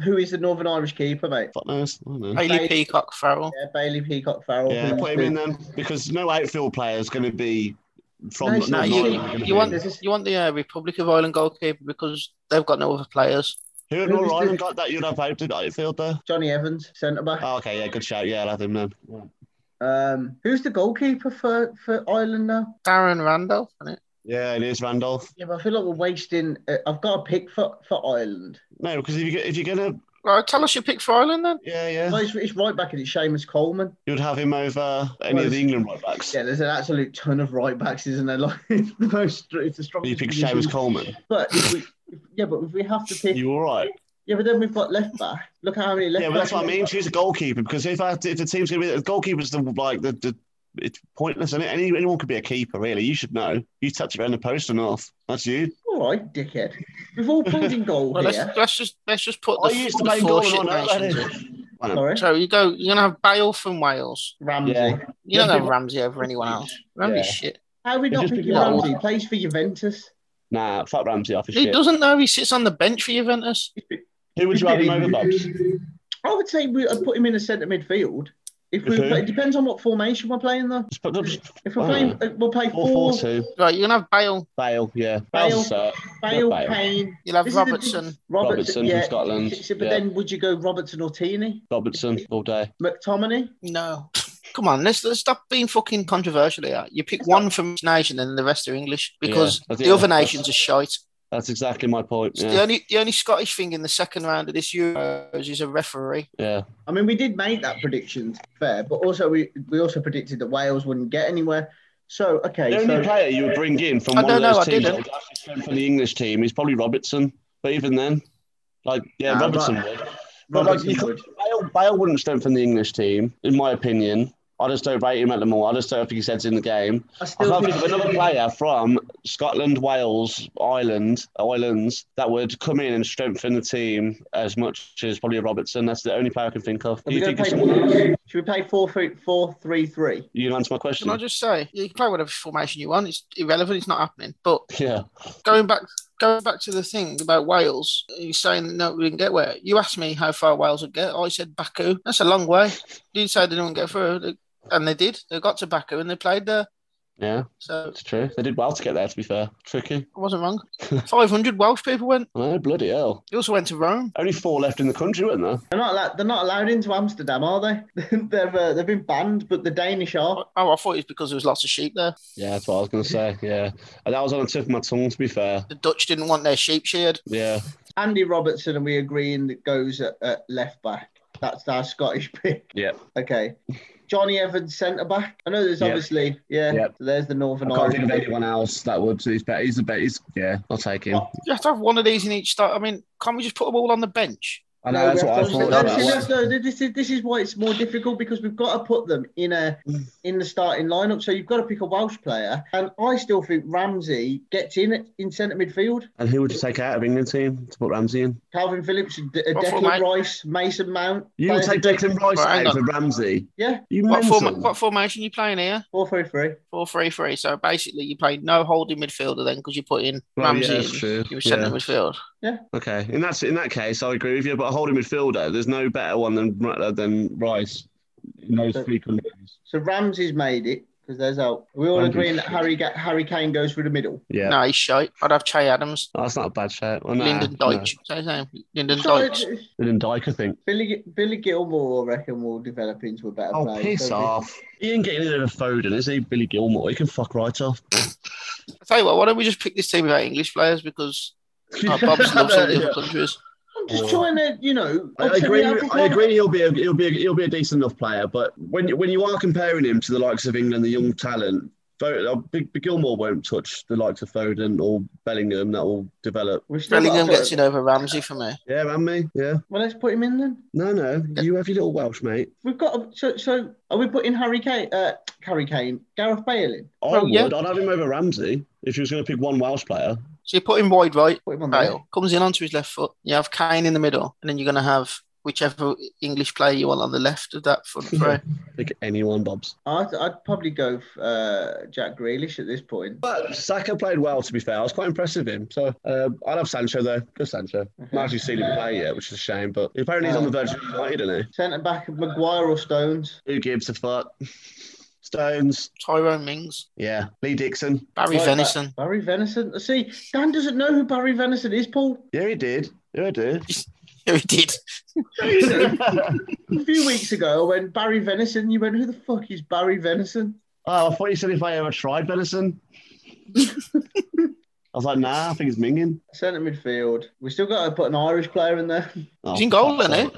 [SPEAKER 2] who is the Northern Irish keeper, mate?
[SPEAKER 4] Fuck knows. I don't know.
[SPEAKER 3] Bailey
[SPEAKER 2] Bailey-
[SPEAKER 3] Peacock Farrell.
[SPEAKER 2] Yeah, Bailey Peacock Farrell.
[SPEAKER 4] Yeah, put him in then because no outfield player is going to be from.
[SPEAKER 2] No,
[SPEAKER 3] No,
[SPEAKER 4] Northern
[SPEAKER 3] you,
[SPEAKER 4] Ireland are gonna
[SPEAKER 3] you
[SPEAKER 4] be-
[SPEAKER 3] want you want the uh, Republic of Ireland goalkeeper because they've got no other players.
[SPEAKER 4] who at
[SPEAKER 2] who is
[SPEAKER 4] Northern
[SPEAKER 2] the-
[SPEAKER 4] Ireland got that? You'd have outfield, outfield there.
[SPEAKER 2] Johnny Evans, centre back.
[SPEAKER 4] Oh, okay, yeah, good shout. Yeah, I'll have him then.
[SPEAKER 2] Um, who's the goalkeeper for, for Ireland now?
[SPEAKER 3] Darren Randolph, isn't it?
[SPEAKER 4] Yeah, it is Randolph.
[SPEAKER 2] Yeah, but I feel like we're wasting. Uh, I've got a pick for, for Ireland.
[SPEAKER 4] No, because if you if you're gonna,
[SPEAKER 3] Right, tell us your pick for Ireland then.
[SPEAKER 4] yeah, yeah,
[SPEAKER 2] Well, it's, it's right back and it's Seamus Coleman.
[SPEAKER 4] you'd have him over any
[SPEAKER 2] Well,
[SPEAKER 4] of the England right backs.
[SPEAKER 2] Yeah, there's an absolute ton of right backs, isn't there? Like it's the most, it's the
[SPEAKER 4] But
[SPEAKER 2] strongest.
[SPEAKER 4] You pick
[SPEAKER 2] position.
[SPEAKER 4] Seamus Coleman.
[SPEAKER 2] But if we, if, yeah, but if we have to pick,
[SPEAKER 4] You all right?
[SPEAKER 2] yeah, but then we've got left back. Look at how many left.
[SPEAKER 4] Yeah, but that's what I
[SPEAKER 2] backs
[SPEAKER 4] mean. Choose a goalkeeper because if I, if the team's gonna be the goalkeeper's the like the, the it's pointless. isn't it? Any, anyone could be a keeper really. You should know. You touch around the post enough. That's you.
[SPEAKER 2] All right, dickhead. We've all pulled in goal
[SPEAKER 3] Well, let's,
[SPEAKER 2] here.
[SPEAKER 3] let's just let's just put
[SPEAKER 4] I
[SPEAKER 3] the,
[SPEAKER 4] used to
[SPEAKER 3] the
[SPEAKER 4] play
[SPEAKER 3] four
[SPEAKER 4] goal
[SPEAKER 3] shit
[SPEAKER 4] on
[SPEAKER 3] nations. in.
[SPEAKER 4] that.
[SPEAKER 2] Sorry,
[SPEAKER 3] So you go. You're gonna have Bale from Wales.
[SPEAKER 2] Ramsey.
[SPEAKER 4] Yeah.
[SPEAKER 3] You don't have Ramsey over anyone else. Ramsey's shit.
[SPEAKER 2] How are we
[SPEAKER 4] They
[SPEAKER 2] not
[SPEAKER 4] just
[SPEAKER 2] picking
[SPEAKER 4] picked him up.
[SPEAKER 2] Ramsey? He plays for Juventus.
[SPEAKER 4] Nah, fuck Ramsey off his
[SPEAKER 3] He
[SPEAKER 4] shit.
[SPEAKER 3] doesn't know. He sits on the bench for Juventus.
[SPEAKER 4] Who would you have him over, Bobs?
[SPEAKER 2] I would say we, I'd put him in a centre midfield. If we
[SPEAKER 4] With who?
[SPEAKER 2] play, it depends on what formation we're playing though.
[SPEAKER 4] Just put just
[SPEAKER 2] If we're playing, uh, we'll play
[SPEAKER 4] Oh. four four
[SPEAKER 2] four.
[SPEAKER 4] two.
[SPEAKER 3] Right, you're gonna have Bale.
[SPEAKER 4] Bale, yeah.
[SPEAKER 2] Bale.
[SPEAKER 4] Bale's a start.
[SPEAKER 2] Bale,
[SPEAKER 4] Bale.
[SPEAKER 2] Payne,
[SPEAKER 3] You'll have
[SPEAKER 2] This is the
[SPEAKER 3] Robertson.
[SPEAKER 4] Robertson
[SPEAKER 2] Robertson.
[SPEAKER 4] from
[SPEAKER 2] Yeah.
[SPEAKER 4] Scotland,
[SPEAKER 2] So- but
[SPEAKER 4] yeah.
[SPEAKER 2] then would you go Robertson or Tini,
[SPEAKER 4] Robertson all day.
[SPEAKER 2] McTominay?
[SPEAKER 3] No. Come on, let's, let's stop being fucking controversial here. You pick one from each nation and the rest are English because
[SPEAKER 4] Yeah, I think
[SPEAKER 3] the other
[SPEAKER 4] that's-
[SPEAKER 3] nations are shite.
[SPEAKER 4] That's exactly my point.
[SPEAKER 3] The
[SPEAKER 4] Yeah.
[SPEAKER 3] only the only Scottish thing in the second round of this Euros is a referee.
[SPEAKER 4] yeah.
[SPEAKER 2] I mean, we did make that prediction, to be fair, but also we we also predicted that Wales wouldn't get anywhere. So okay,
[SPEAKER 4] The only
[SPEAKER 2] so
[SPEAKER 4] player you would bring in from
[SPEAKER 3] I
[SPEAKER 4] one of
[SPEAKER 3] don't know,
[SPEAKER 4] those
[SPEAKER 3] I
[SPEAKER 4] teams that
[SPEAKER 3] didn't.
[SPEAKER 4] would actually spend from the English team is probably Robertson. But even then, like yeah,
[SPEAKER 2] Nah,
[SPEAKER 4] Robertson
[SPEAKER 2] but-
[SPEAKER 4] would. But like,
[SPEAKER 2] Robertson
[SPEAKER 4] you could,
[SPEAKER 2] would.
[SPEAKER 4] Bale, Bale wouldn't strengthen the English team, in my opinion. I just don't rate him at the moment. I just don't think his head's in the game.
[SPEAKER 2] I
[SPEAKER 4] I
[SPEAKER 2] still
[SPEAKER 4] can't
[SPEAKER 2] think
[SPEAKER 4] think of another player from Scotland, Wales, Ireland, Islands that would come in and strengthen the team as much as probably Robertson. That's the only player I can think of.
[SPEAKER 2] Are we
[SPEAKER 4] Do you
[SPEAKER 2] gonna
[SPEAKER 4] think it's,
[SPEAKER 2] play, should we play four three four three three?
[SPEAKER 4] you answer my
[SPEAKER 3] Can
[SPEAKER 4] question?
[SPEAKER 3] I just say you can play whatever formation you want? It's irrelevant. It's not happening. But
[SPEAKER 4] Yeah.
[SPEAKER 3] going back going back to the thing about Wales, you're saying no, we didn't get where. You asked me how far Wales would get. I said Baku. That's a long way. You said they didn't get through, and they did. They got to Baku and they played there.
[SPEAKER 4] Yeah,
[SPEAKER 3] So
[SPEAKER 4] it's true. They did well to get there, to be fair. Tricky.
[SPEAKER 3] I wasn't wrong. 500 Welsh people went.
[SPEAKER 4] Oh, bloody hell.
[SPEAKER 3] They also went to Rome.
[SPEAKER 4] Only four left in the country, weren't there?
[SPEAKER 2] They're not allowed, they're not allowed into Amsterdam, are they? they've uh, they've been banned, but the Danish are.
[SPEAKER 3] Oh, I thought it was because there was lots of sheep there.
[SPEAKER 4] Yeah, that's what I was going to say. Yeah. And that was on the tip of my tongue, to be fair.
[SPEAKER 3] The Dutch didn't want their sheep sheared.
[SPEAKER 4] Yeah.
[SPEAKER 2] Andy Robertson, and we agreeing that goes at, at left back. That's our Scottish pick.
[SPEAKER 4] Yeah.
[SPEAKER 2] Okay. Johnny Evans, centre back. I know there's
[SPEAKER 4] Yeah.
[SPEAKER 2] obviously, yeah.
[SPEAKER 4] Yeah.
[SPEAKER 2] So there's the
[SPEAKER 4] I
[SPEAKER 2] Northern
[SPEAKER 4] can't
[SPEAKER 2] Irish.
[SPEAKER 4] think of
[SPEAKER 2] pick.
[SPEAKER 4] anyone else that would. He's better. He's the best. He's, yeah, I'll take him.
[SPEAKER 3] You have to have one of these in each start. I mean, can't we just put them all on the bench?
[SPEAKER 4] I
[SPEAKER 2] No,
[SPEAKER 4] know that's
[SPEAKER 2] we
[SPEAKER 4] what I
[SPEAKER 2] have to-
[SPEAKER 4] thought.
[SPEAKER 2] no,
[SPEAKER 4] about
[SPEAKER 2] see,
[SPEAKER 4] that.
[SPEAKER 2] that's- no, this is this is why it's more difficult because we've got to put them in a in the starting lineup. So you've got to pick a Welsh player, and I still think Ramsey gets in it in centre midfield.
[SPEAKER 4] And who would you take out of England team to put Ramsey in?
[SPEAKER 2] Calvin Phillips, De-
[SPEAKER 3] What
[SPEAKER 2] Declan
[SPEAKER 3] format?
[SPEAKER 2] Rice, Mason Mount.
[SPEAKER 4] You would
[SPEAKER 2] Players-
[SPEAKER 4] take Declan Rice
[SPEAKER 3] Right, hang
[SPEAKER 4] out
[SPEAKER 3] on.
[SPEAKER 4] for Ramsey.
[SPEAKER 2] yeah,
[SPEAKER 4] You
[SPEAKER 3] What,
[SPEAKER 4] mental.
[SPEAKER 3] forma- what formation you playing here?
[SPEAKER 2] four three three.
[SPEAKER 3] Four three three. So basically, you play no holding midfielder then because you put in
[SPEAKER 4] Well, yeah,
[SPEAKER 3] Ramsey.
[SPEAKER 4] that's
[SPEAKER 3] in
[SPEAKER 4] true.
[SPEAKER 3] Your centre
[SPEAKER 4] Yeah.
[SPEAKER 3] midfield.
[SPEAKER 4] Okay. In that in that case, I agree with you. But a holding midfielder, there's no better one than than Rice in those
[SPEAKER 2] But-
[SPEAKER 4] three countries.
[SPEAKER 2] So Ramsey's made it because there's out. We all
[SPEAKER 4] Ramsey.
[SPEAKER 2] agreeing that Harry Ga- Harry Kane goes through the middle.
[SPEAKER 4] Yeah. Oh,
[SPEAKER 3] No, he's shite. I'd have Che Adams,
[SPEAKER 4] That's not a bad shout. Well, nah,
[SPEAKER 3] Lyndon
[SPEAKER 4] no.
[SPEAKER 3] Deutsch. Say his name. Lyndon
[SPEAKER 2] So
[SPEAKER 3] Deutsch.
[SPEAKER 2] it's-
[SPEAKER 4] Lyndon Dyke, I think.
[SPEAKER 2] Billy Billy Gilmore, I reckon, will develop into a better
[SPEAKER 4] Oh,
[SPEAKER 2] player.
[SPEAKER 4] piss
[SPEAKER 2] So-
[SPEAKER 4] off. He ain't getting in over Foden, is he? Billy Gilmore. He can fuck right off.
[SPEAKER 3] I tell you what, why don't we just pick this team without English players because our Oh, Bob's loves all the other countries.
[SPEAKER 2] I'm just
[SPEAKER 4] Oh.
[SPEAKER 2] trying to, you know.
[SPEAKER 4] I
[SPEAKER 2] upset the
[SPEAKER 4] agree.
[SPEAKER 2] apple
[SPEAKER 4] I
[SPEAKER 2] cart.
[SPEAKER 4] agree. He'll be a, he'll be a, he'll be a decent enough player, but when when you are comparing him to the likes of England, the young talent, Fo- uh, Big Big Gilmore won't touch the likes of Foden or Bellingham. That will develop.
[SPEAKER 2] We've still
[SPEAKER 3] Bellingham
[SPEAKER 2] got to
[SPEAKER 3] gets in over Ramsey for me.
[SPEAKER 4] Yeah, and me. Yeah.
[SPEAKER 2] Well, let's put him in then.
[SPEAKER 4] No, no. You have your little Welsh mate.
[SPEAKER 2] We've got a, so so. Are we putting Harry Kane? Uh, Harry Kane, Gareth Bale in.
[SPEAKER 4] I
[SPEAKER 3] Well,
[SPEAKER 4] would.
[SPEAKER 3] yeah.
[SPEAKER 4] I'd have him over Ramsey if he was going to pick one Welsh player.
[SPEAKER 3] So you put him wide right,
[SPEAKER 2] Put him on the
[SPEAKER 3] Bale
[SPEAKER 2] right.
[SPEAKER 3] comes in onto his left foot. You have Kane in the middle, and then you're going to have whichever English player you want on the left of that front row.
[SPEAKER 4] Pick anyone, Bob's.
[SPEAKER 2] I'd, I'd probably go uh, Jack Grealish at this point.
[SPEAKER 4] But Saka played well, to be fair. I was quite impressed with him. So uh, I love Sancho, though. Good Sancho.
[SPEAKER 3] Mm-hmm.
[SPEAKER 4] I've not actually seen him play yet, which is a shame. But apparently he's on the verge of United, isn't
[SPEAKER 2] Centre back of Maguire or Stones.
[SPEAKER 4] he? Who gives a fuck? Stones.
[SPEAKER 3] Tyrone Mings,
[SPEAKER 4] Yeah. Lee Dixon.
[SPEAKER 3] Barry
[SPEAKER 2] Right back,
[SPEAKER 3] Venison.
[SPEAKER 2] Barry Venison. See, Dan doesn't know who Barry Venison is, Paul.
[SPEAKER 4] Yeah, he did. Yeah, he did.
[SPEAKER 3] Yeah, he did.
[SPEAKER 2] A few weeks ago, when Barry Venison, you went, "Who the fuck is Barry Venison?"
[SPEAKER 4] Oh, I thought you said if I ever tried venison. I was like, nah, I think it's minging.
[SPEAKER 2] Centre midfield. We still got to put an Irish player in there.
[SPEAKER 4] Oh,
[SPEAKER 3] He's in goal,
[SPEAKER 4] fuck
[SPEAKER 3] isn't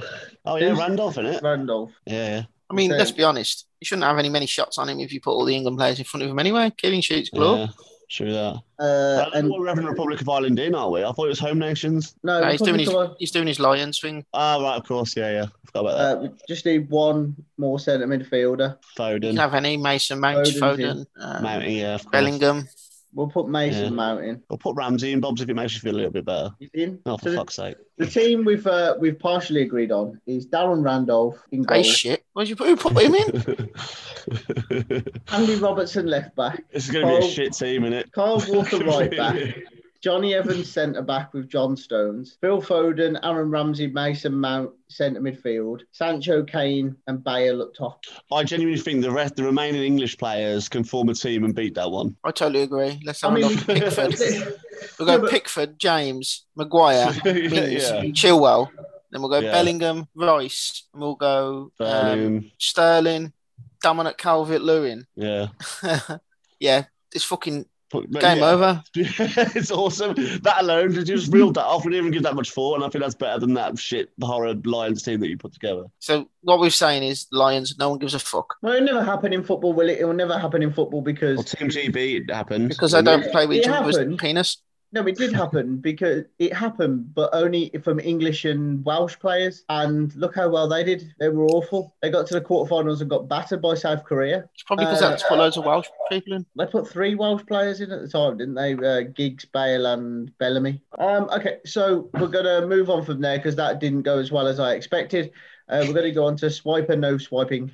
[SPEAKER 4] Oh, yeah,
[SPEAKER 2] Who's-
[SPEAKER 4] Randolph, isn't it?
[SPEAKER 2] Randolph.
[SPEAKER 4] Yeah,
[SPEAKER 3] I mean,
[SPEAKER 2] Okay.
[SPEAKER 3] let's be honest. You shouldn't have any many shots on him if you put all the England players in front of him anyway. Killing shoots
[SPEAKER 4] yeah.
[SPEAKER 3] glove.
[SPEAKER 4] yeah. True that.
[SPEAKER 2] Uh,
[SPEAKER 4] And
[SPEAKER 2] and
[SPEAKER 4] we're having Republic of Ireland in, aren't we? I thought it was Home Nations.
[SPEAKER 2] no,
[SPEAKER 3] No, he's doing
[SPEAKER 2] Republic
[SPEAKER 3] his
[SPEAKER 2] of-
[SPEAKER 3] he's doing his lion swing.
[SPEAKER 4] Ah, right, of course. Yeah, yeah. I forgot about that.
[SPEAKER 2] uh, we just need one more centre midfielder.
[SPEAKER 3] You
[SPEAKER 4] Foden.
[SPEAKER 3] can have any Mason Mount,
[SPEAKER 2] Foden's
[SPEAKER 3] Foden,
[SPEAKER 2] in.
[SPEAKER 3] uh,
[SPEAKER 4] Mounty, yeah, of course.
[SPEAKER 3] Bellingham.
[SPEAKER 2] We'll put Mason
[SPEAKER 4] Yeah.
[SPEAKER 2] Mount in.
[SPEAKER 4] I'll put Ramsey in Bob's if it makes you feel a little bit better.
[SPEAKER 2] He's in.
[SPEAKER 4] Oh,
[SPEAKER 2] So
[SPEAKER 4] for
[SPEAKER 2] the-
[SPEAKER 4] fuck's sake.
[SPEAKER 2] The team we've uh, we've partially agreed on is Darren Randolph in goal,
[SPEAKER 3] Hey, shit. Where'd you put, who put him in?
[SPEAKER 4] this
[SPEAKER 2] Andy Robertson left back,
[SPEAKER 4] is going to be
[SPEAKER 2] Paul-
[SPEAKER 4] a shit team, isn't it?
[SPEAKER 2] Carl Walker right back, Johnny Evans centre back with John Stones, Phil Foden, Aaron Ramsey, Mason Mount centre midfield, Sancho Kane, and Bale up top.
[SPEAKER 4] I genuinely think the rest, the remaining English players can form a team and beat that one.
[SPEAKER 3] I totally agree. Let's
[SPEAKER 2] I
[SPEAKER 3] have a
[SPEAKER 2] mean,
[SPEAKER 3] look at Pickford. We'll
[SPEAKER 2] Yeah,
[SPEAKER 3] go
[SPEAKER 2] but-
[SPEAKER 3] Pickford, James, Maguire,
[SPEAKER 4] yeah,
[SPEAKER 3] Mings,
[SPEAKER 4] yeah.
[SPEAKER 3] Chilwell. Then we'll go
[SPEAKER 4] Yeah.
[SPEAKER 3] Bellingham, Rice, and we'll go um,
[SPEAKER 4] Berlin,
[SPEAKER 3] Sterling, Dominic Calvert Lewin.
[SPEAKER 4] yeah.
[SPEAKER 3] yeah, it's fucking
[SPEAKER 4] But- but
[SPEAKER 3] game
[SPEAKER 4] yeah.
[SPEAKER 3] over.
[SPEAKER 4] it's awesome. That alone, you just reeled that off. We didn't even give that much thought, and I think that's better than that shit horror Lions team that you put together.
[SPEAKER 3] So what we're saying is Lions, no one gives a fuck.
[SPEAKER 2] Well, it'll never happen in football, will it? It will never happen in football
[SPEAKER 4] Well,
[SPEAKER 2] because
[SPEAKER 4] Team GB happened
[SPEAKER 3] Because they don't play with each
[SPEAKER 2] It
[SPEAKER 3] other's
[SPEAKER 2] happened.
[SPEAKER 3] penis.
[SPEAKER 2] no, it did happen because it happened, but only from English and Welsh players. And look how well they did. They were awful. They got to the quarterfinals and got battered by South Korea.
[SPEAKER 3] It's probably because
[SPEAKER 2] Uh,
[SPEAKER 3] that's put loads of Welsh people in.
[SPEAKER 2] They put three Welsh players in at the time, didn't they? Uh, Giggs, Bale, and Bellamy. Um, okay, so we're gonna move on from there because that didn't go as well as I expected. Uh, we're gonna go on to swiper no swiping.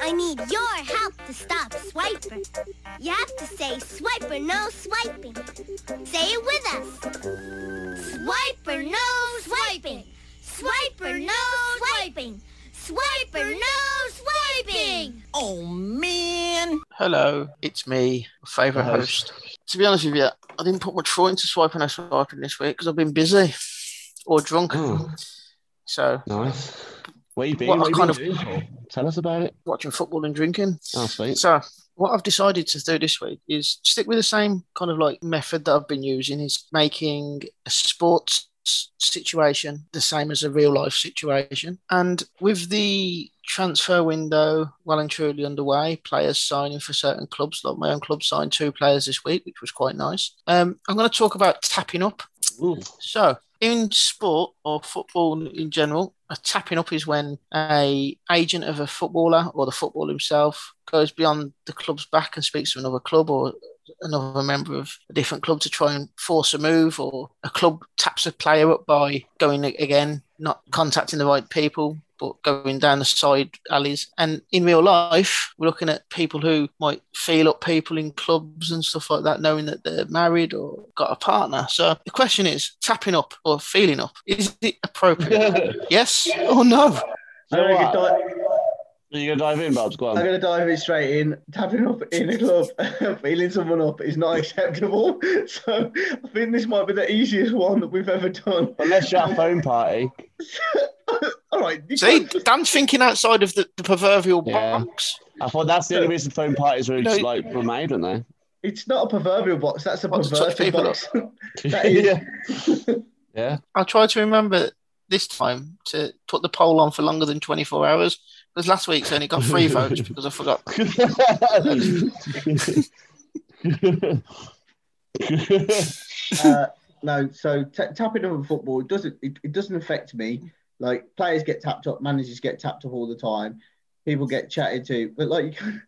[SPEAKER 6] I need your help to stop Swiper. You have to say Swiper, no swiping. Say it with us. Swiper, no swiping. Swiper, no swiping. Swiper, no swiping.
[SPEAKER 7] Oh man!
[SPEAKER 3] Hello, it's me, your favourite
[SPEAKER 4] The
[SPEAKER 3] host.
[SPEAKER 4] host.
[SPEAKER 3] To be honest with you, I didn't put much thought into swiping and swiping this week because I've been busy or drunk.
[SPEAKER 4] Oh.
[SPEAKER 3] So
[SPEAKER 4] Nice. Where you been?
[SPEAKER 3] What
[SPEAKER 4] What you
[SPEAKER 3] kind
[SPEAKER 4] been doing? Tell us about it.
[SPEAKER 3] watching football and drinking.
[SPEAKER 4] Oh, sweet.
[SPEAKER 3] So what I've decided to do this week is stick with the same kind of like method that I've been using is making a sports situation the same as a real life situation. And with the transfer window well and truly underway, players signing for certain clubs, like my own club signed two players this week, which was quite nice. Um, I'm going to talk about tapping up
[SPEAKER 4] Ooh.
[SPEAKER 3] so, in sport or football in general, a tapping up is when a agent of a footballer or the footballer himself goes beyond the club's back and speaks to another club or another member of a different club to try and force a move, or a club taps a player up by going again, not contacting the right people. But going down the side alleys. And in real life, we're looking at people who might feel up people in clubs and stuff like that, knowing that they're married or got a partner. So the question is tapping up or feeling up, is it appropriate?
[SPEAKER 4] Are
[SPEAKER 3] yes or no?
[SPEAKER 4] So
[SPEAKER 2] I'm gonna
[SPEAKER 4] what?
[SPEAKER 2] di-
[SPEAKER 4] you gonna dive in, Bob's? Go
[SPEAKER 2] I'm
[SPEAKER 4] on.
[SPEAKER 2] gonna dive it straight in. Tapping up in a club, feeling someone up is not acceptable. So I think this might be the easiest one that we've ever done.
[SPEAKER 4] Unless you're at a phone party.
[SPEAKER 2] All right. you
[SPEAKER 3] See,
[SPEAKER 2] can't-
[SPEAKER 3] Dan's thinking outside of the, the proverbial
[SPEAKER 4] Yeah.
[SPEAKER 3] box.
[SPEAKER 4] I thought that's the only reason phone parties were
[SPEAKER 3] No,
[SPEAKER 4] just,
[SPEAKER 3] it-
[SPEAKER 4] like were made, weren't
[SPEAKER 2] It's not a proverbial box. That's a
[SPEAKER 3] What, to touch
[SPEAKER 2] perverted
[SPEAKER 3] people
[SPEAKER 2] box.
[SPEAKER 4] they?
[SPEAKER 2] That is-
[SPEAKER 4] yeah. Yeah.
[SPEAKER 3] I'll try to remember this time to put the poll on for longer than 24 hours because last week's only got three votes because I forgot.
[SPEAKER 2] uh, no, so t- tapping up in football it doesn't it, it doesn't affect me. Like players get tapped up, managers get tapped up all the time, people get chatted to, but like you can't,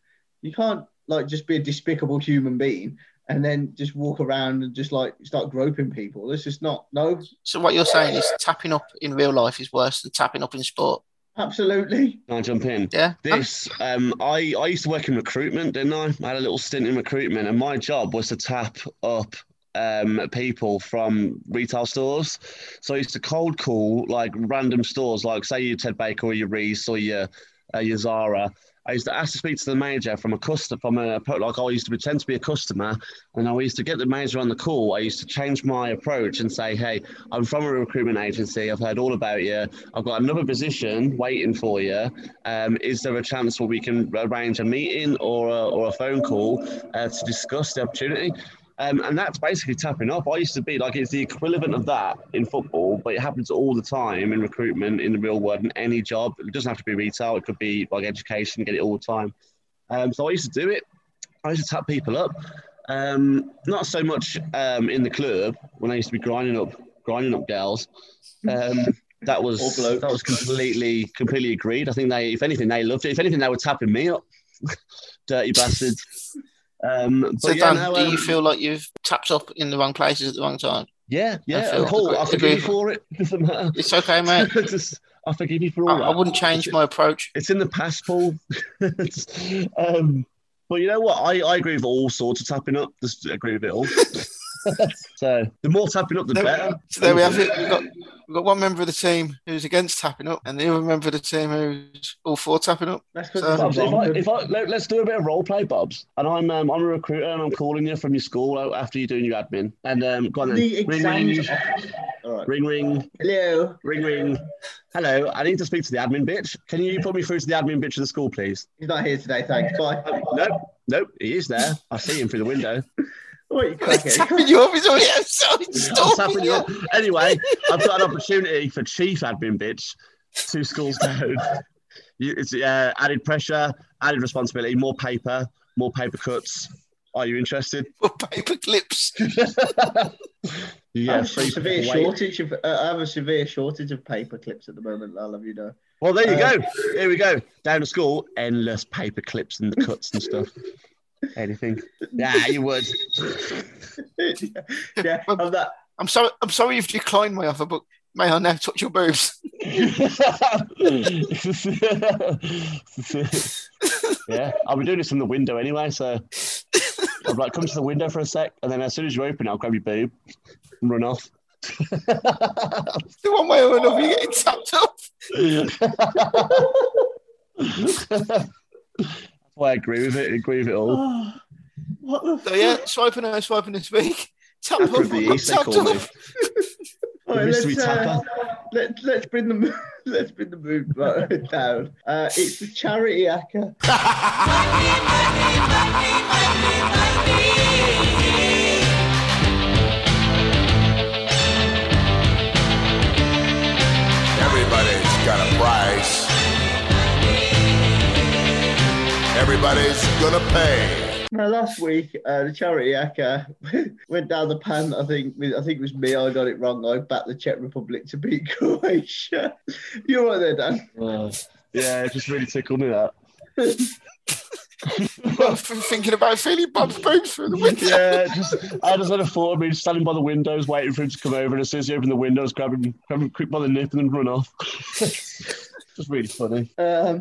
[SPEAKER 2] you can't like just be a despicable human being and then just walk around and just like start groping people. It's just not no,
[SPEAKER 3] So what you're saying is tapping up in real life is worse than tapping up in sport.
[SPEAKER 2] absolutely.
[SPEAKER 4] Can I jump in?
[SPEAKER 3] Yeah.
[SPEAKER 4] This, um, I, I used to work in recruitment, didn't I? I had a little stint in recruitment, and my job was to tap up um, people from retail stores. So I used to cold call like random stores, like say your Ted Baker or your Reese or your uh, your Zara. I used to ask to speak to the manager from a customer, from a like I used to pretend to be a customer, and I used to get the manager on the call. I used to change my approach and say, "Hey, I'm from a recruitment agency. I've heard all about you. I've got another position waiting for you. Um, is there a chance where we can arrange a meeting or a, or a phone call uh, to discuss the opportunity?" Um, and that's basically tapping up. I used to be like, it's the equivalent of that in football, but it happens all the time in recruitment, in the real world, in any job. It doesn't have to be retail, it could be like education, get it all the time. Um, so I used to do it. I used to tap people up. Um, not so much um, in the club when I used to be grinding up, grinding up girls. Um, that was
[SPEAKER 2] Or blokes.
[SPEAKER 4] that was completely, completely agreed. I think they, if anything, they loved it. If anything, they were tapping me up, dirty bastards. Um, but
[SPEAKER 3] So
[SPEAKER 4] yeah,
[SPEAKER 3] Dan,
[SPEAKER 4] no,
[SPEAKER 3] do
[SPEAKER 4] um,
[SPEAKER 3] you feel like you've tapped up in the wrong places at the wrong time?
[SPEAKER 4] Yeah, yeah,
[SPEAKER 3] feel-
[SPEAKER 4] and Paul, I forgive
[SPEAKER 3] agree.
[SPEAKER 4] you for it. Doesn't matter.
[SPEAKER 3] It's okay, mate.
[SPEAKER 4] Just- I forgive you for
[SPEAKER 3] I,
[SPEAKER 4] all
[SPEAKER 3] I
[SPEAKER 4] that.
[SPEAKER 3] wouldn't change my approach.
[SPEAKER 4] It's in the past, Paul. It's- um, but you know what? I, I agree with all sorts of tapping up. Just agree with it all. so the more tapping up, the
[SPEAKER 3] There-
[SPEAKER 4] better.
[SPEAKER 3] So there we have it. We've got, we've got one member of the team who's against tapping up, and the other member of the team who's all for tapping up.
[SPEAKER 2] That's because
[SPEAKER 3] So-
[SPEAKER 4] Bobs, if I, if I, let, us do a bit of role play, Bobs. And I'm um, I'm a recruiter, and I'm calling you from your school out after you're doing your admin. And um, go on then.
[SPEAKER 2] the
[SPEAKER 4] Ring, ring,
[SPEAKER 2] exams. All right.
[SPEAKER 4] ring, ring,
[SPEAKER 2] Hello.
[SPEAKER 4] ring, ring. Hello, I need to speak to the admin bitch. Can you put me through to the admin bitch of the school, please?
[SPEAKER 2] He's not here today. Thanks. Bye.
[SPEAKER 4] Nope, nope, he is there. I see him through the window.
[SPEAKER 2] Wait,
[SPEAKER 3] He's
[SPEAKER 2] crackhead.
[SPEAKER 3] tapping you up. He's already outside
[SPEAKER 4] I'm
[SPEAKER 3] stalking
[SPEAKER 4] tapping
[SPEAKER 3] you.
[SPEAKER 4] you up. Anyway, I've got an opportunity for chief admin bitch, two schools down. You, it's uh, added pressure, added responsibility, more paper, more paper cuts. Are you interested?
[SPEAKER 3] With paper clips.
[SPEAKER 2] I
[SPEAKER 4] yeah,
[SPEAKER 2] have a
[SPEAKER 4] free
[SPEAKER 2] severe
[SPEAKER 4] weight.
[SPEAKER 2] shortage of. Uh, I have a severe shortage of paper clips at the moment. I'll have you know.
[SPEAKER 4] Well, there you
[SPEAKER 2] Uh,
[SPEAKER 4] go. Here we go. Down to school, endless paper clips and the cuts and stuff. Anything? Yeah, you would.
[SPEAKER 2] yeah, I'm that.
[SPEAKER 3] I'm sorry. I'm sorry you've declined my offer, but may I now touch your boobs?
[SPEAKER 4] yeah, I'll be doing this from the window anyway. So I'm like, come to the window for a sec, and then as soon as you open, it, I'll grab your boob and run off.
[SPEAKER 3] The one way or another, you're getting tapped up.
[SPEAKER 4] That's why I agree with it. I agree with it all.
[SPEAKER 2] Oh, what the?
[SPEAKER 3] So yeah, swiping now, swiping this week. Tap up,
[SPEAKER 4] After the East, they
[SPEAKER 3] tap
[SPEAKER 4] call me.
[SPEAKER 3] up.
[SPEAKER 2] All
[SPEAKER 4] There
[SPEAKER 2] right, let's,
[SPEAKER 4] used to be
[SPEAKER 2] uh,
[SPEAKER 4] Tapper.
[SPEAKER 2] let, let's bring the mo- let's bring the mood uh, down. Uh, it's the charity hacker.
[SPEAKER 8] Everybody's got a price. Everybody's gonna pay.
[SPEAKER 2] Now last week, uh, the charity hacker went down the pan. I think with, I think it was me. I got it wrong. I backed the Czech Republic to beat Croatia. You're right there, Dan.
[SPEAKER 4] yeah, it just really tickled me that.
[SPEAKER 3] I'm thinking about feeling Bob's boobs through the window.
[SPEAKER 4] Yeah, just I just had a thought of me standing by the windows, waiting for him to come over, and as soon as he opened the windows, grab him, grab him quick by the nip, and then run off. just really funny.
[SPEAKER 2] Um,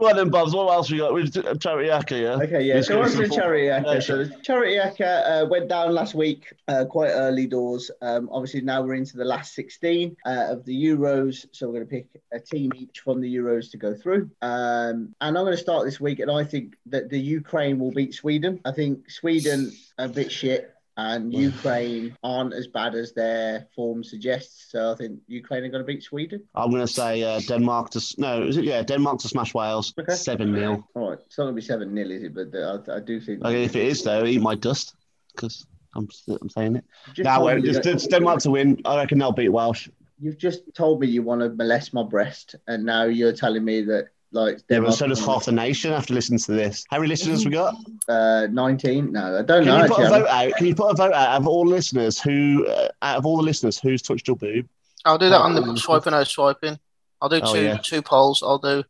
[SPEAKER 4] Well then, Bobs, what else we got? We did charity hacker, yeah.
[SPEAKER 2] Okay, yeah.
[SPEAKER 4] Let's
[SPEAKER 2] So
[SPEAKER 4] go
[SPEAKER 2] on
[SPEAKER 4] for
[SPEAKER 2] to the
[SPEAKER 4] the
[SPEAKER 2] Charity Acca.
[SPEAKER 4] Yeah,
[SPEAKER 2] So the Charity Acca uh, went down last week, uh, quite early doors. Um, obviously, now we're into the last 16 uh, of the Euros. So we're going to pick a team each from the Euros to go through. Um, and I'm going to start this week, and I think that the Ukraine will beat Sweden. I think Sweden are a bit shit. And Ukraine aren't as bad as their form suggests, so I think Ukraine are going to beat Sweden.
[SPEAKER 4] I'm gonna say uh, Denmark to s- no, is it yeah, Denmark to smash Wales
[SPEAKER 2] Okay.
[SPEAKER 4] seven 0
[SPEAKER 2] All right, it's not going to be seven 0 is it? But I, I do think.
[SPEAKER 4] Okay, if it is though, eat my dust because I'm I'm saying it.
[SPEAKER 2] Just
[SPEAKER 4] Now,
[SPEAKER 2] told
[SPEAKER 4] wait,
[SPEAKER 2] me
[SPEAKER 4] it's,
[SPEAKER 2] that-
[SPEAKER 4] it's Denmark to win. I reckon they'll beat Welsh.
[SPEAKER 2] You've just told me you want to molest my breast, and now you're telling me that like
[SPEAKER 4] Yeah, but
[SPEAKER 2] Denmark-
[SPEAKER 4] so does half the nation after listening to this. How many listeners we got?
[SPEAKER 2] uh, nineteen. No, I don't
[SPEAKER 4] Can
[SPEAKER 2] know.
[SPEAKER 4] you put
[SPEAKER 2] actually.
[SPEAKER 4] a vote out? Can you put a vote out of all listeners who, uh, out of all the listeners, who's touched your boob?
[SPEAKER 3] I'll do that on
[SPEAKER 4] Oh.
[SPEAKER 3] the swiping no swiping. I'll do two
[SPEAKER 4] Oh, yeah.
[SPEAKER 3] two polls. I'll do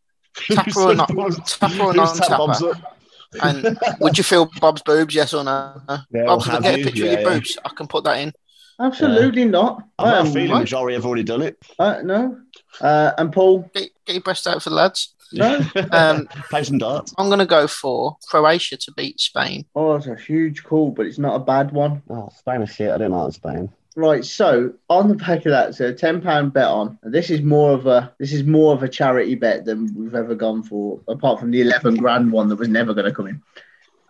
[SPEAKER 3] Tapper or not- tapper or
[SPEAKER 4] Who's tapped
[SPEAKER 3] non-tapper?
[SPEAKER 4] Bob's up?
[SPEAKER 3] And would you feel Bob's boobs? Yes or no?
[SPEAKER 4] Yeah,
[SPEAKER 3] Bob's, can
[SPEAKER 4] well,
[SPEAKER 3] Oh, I get
[SPEAKER 4] have
[SPEAKER 3] a
[SPEAKER 4] you?
[SPEAKER 3] picture
[SPEAKER 4] Yeah,
[SPEAKER 3] of your
[SPEAKER 4] yeah.
[SPEAKER 3] boobs. I can put that in.
[SPEAKER 2] Absolutely not.
[SPEAKER 4] I've
[SPEAKER 2] I
[SPEAKER 4] got a
[SPEAKER 2] am
[SPEAKER 4] feeling
[SPEAKER 2] not-
[SPEAKER 4] the majority have already done it.
[SPEAKER 2] uh, no. Uh, and Paul,
[SPEAKER 3] Get, get your breast out for the lads.
[SPEAKER 2] no.
[SPEAKER 3] Um,
[SPEAKER 4] Play some darts.
[SPEAKER 3] I'm going to go for Croatia to beat Spain.
[SPEAKER 2] Oh, it's a huge call, but it's not a bad one.
[SPEAKER 4] Oh, Spain is shit. I don't like Spain.
[SPEAKER 2] Right, so on the back of that, so ten pound bet on. This is more of a this is more of a charity bet than we've ever gone for, apart from the eleven grand one that was never going to come in.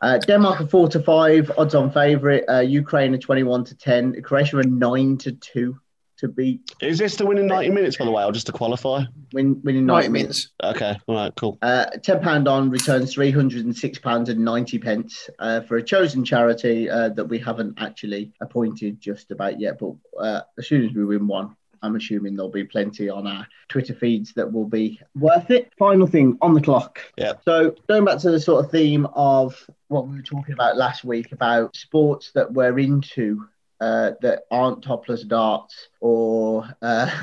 [SPEAKER 2] Uh, Denmark are four to five odds on favourite. Uh, Ukraine are twenty one to ten. Croatia are nine to two to beat
[SPEAKER 4] Is this to win in 90 minutes, by the way, or just to qualify?
[SPEAKER 2] win winning ninety
[SPEAKER 3] Right,
[SPEAKER 2] minutes.
[SPEAKER 3] means
[SPEAKER 4] Okay, all right, cool.
[SPEAKER 2] Uh, ten pound on returns three hundred and six pounds and ninety pence uh, for a chosen charity uh, that we haven't actually appointed just about yet. But uh, as soon as we win one, I'm assuming there'll be plenty on our Twitter feeds that will be worth it. Final thing on the clock.
[SPEAKER 4] Yeah.
[SPEAKER 2] So going back to the sort of theme of what we were talking about last week about sports that we're into uh, that aren't topless darts or. Uh,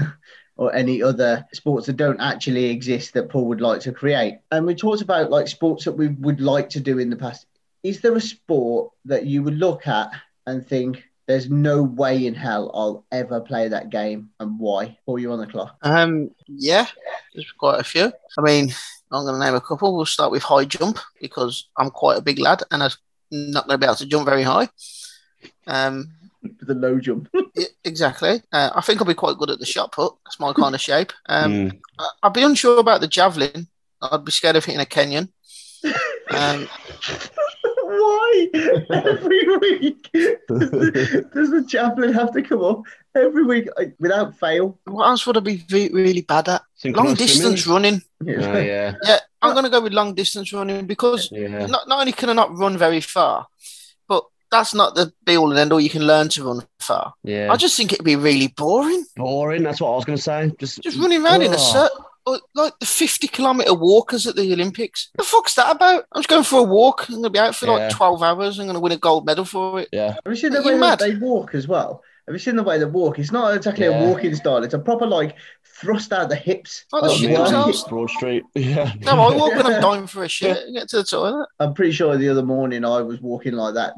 [SPEAKER 2] or any other sports that don't actually exist that Paul would like to create. And we talked about like sports that we would like to do in the past. Is there a sport that you would look at and think there's no way in hell I'll ever play that game and why? Paul, you on the clock.
[SPEAKER 3] Um, yeah, there's quite a few. I mean, I'm going to name a couple. We'll start with high jump because I'm quite a big lad and I'm not going to be able to jump very high. Um,
[SPEAKER 2] The low jump.
[SPEAKER 3] yeah, exactly. Uh, I think I'll be quite good at the shot put. That's my kind of shape. Um,
[SPEAKER 4] Mm.
[SPEAKER 3] I- I'd be unsure about the javelin. I'd be scared of hitting a Kenyan. Um,
[SPEAKER 2] why? Every week does the chaplain have to come up every week like, without fail?
[SPEAKER 3] what else would I be ve- really bad at? Long
[SPEAKER 4] Synchronised
[SPEAKER 3] distance
[SPEAKER 4] swimming?
[SPEAKER 3] running.
[SPEAKER 4] Oh, yeah,
[SPEAKER 3] Yeah, I'm going to go with long distance running because
[SPEAKER 4] yeah.
[SPEAKER 3] not, not only can I not run very far, but that's not the be all and end all. You can learn to run far.
[SPEAKER 4] Yeah,
[SPEAKER 3] I just think it'd be really boring.
[SPEAKER 4] boring. That's what I was gonna say. Just,
[SPEAKER 3] Just running around in a
[SPEAKER 4] Ugh.
[SPEAKER 3] circle. Like the 50 kilometer walkers at the Olympics. The fuck's that about? I'm just going for a walk. I'm going to be out for
[SPEAKER 4] Yeah.
[SPEAKER 3] like 12 hours. I'm going to win a gold medal for it.
[SPEAKER 4] Yeah,
[SPEAKER 2] Have you seen the
[SPEAKER 3] Are you
[SPEAKER 2] way
[SPEAKER 3] mad?
[SPEAKER 2] that they walk as well? Have you seen the way they walk? It's not exactly
[SPEAKER 4] Yeah.
[SPEAKER 2] a walking style. It's a proper like thrust out the hips.
[SPEAKER 3] Like Oh, the
[SPEAKER 2] Like,
[SPEAKER 3] shit
[SPEAKER 4] Broad-
[SPEAKER 2] work.
[SPEAKER 3] themselves.
[SPEAKER 4] Broad Street. Yeah.
[SPEAKER 3] No, I walk when I'm dying for a shit. and Get to the toilet.
[SPEAKER 2] I'm pretty sure the other morning I was walking like that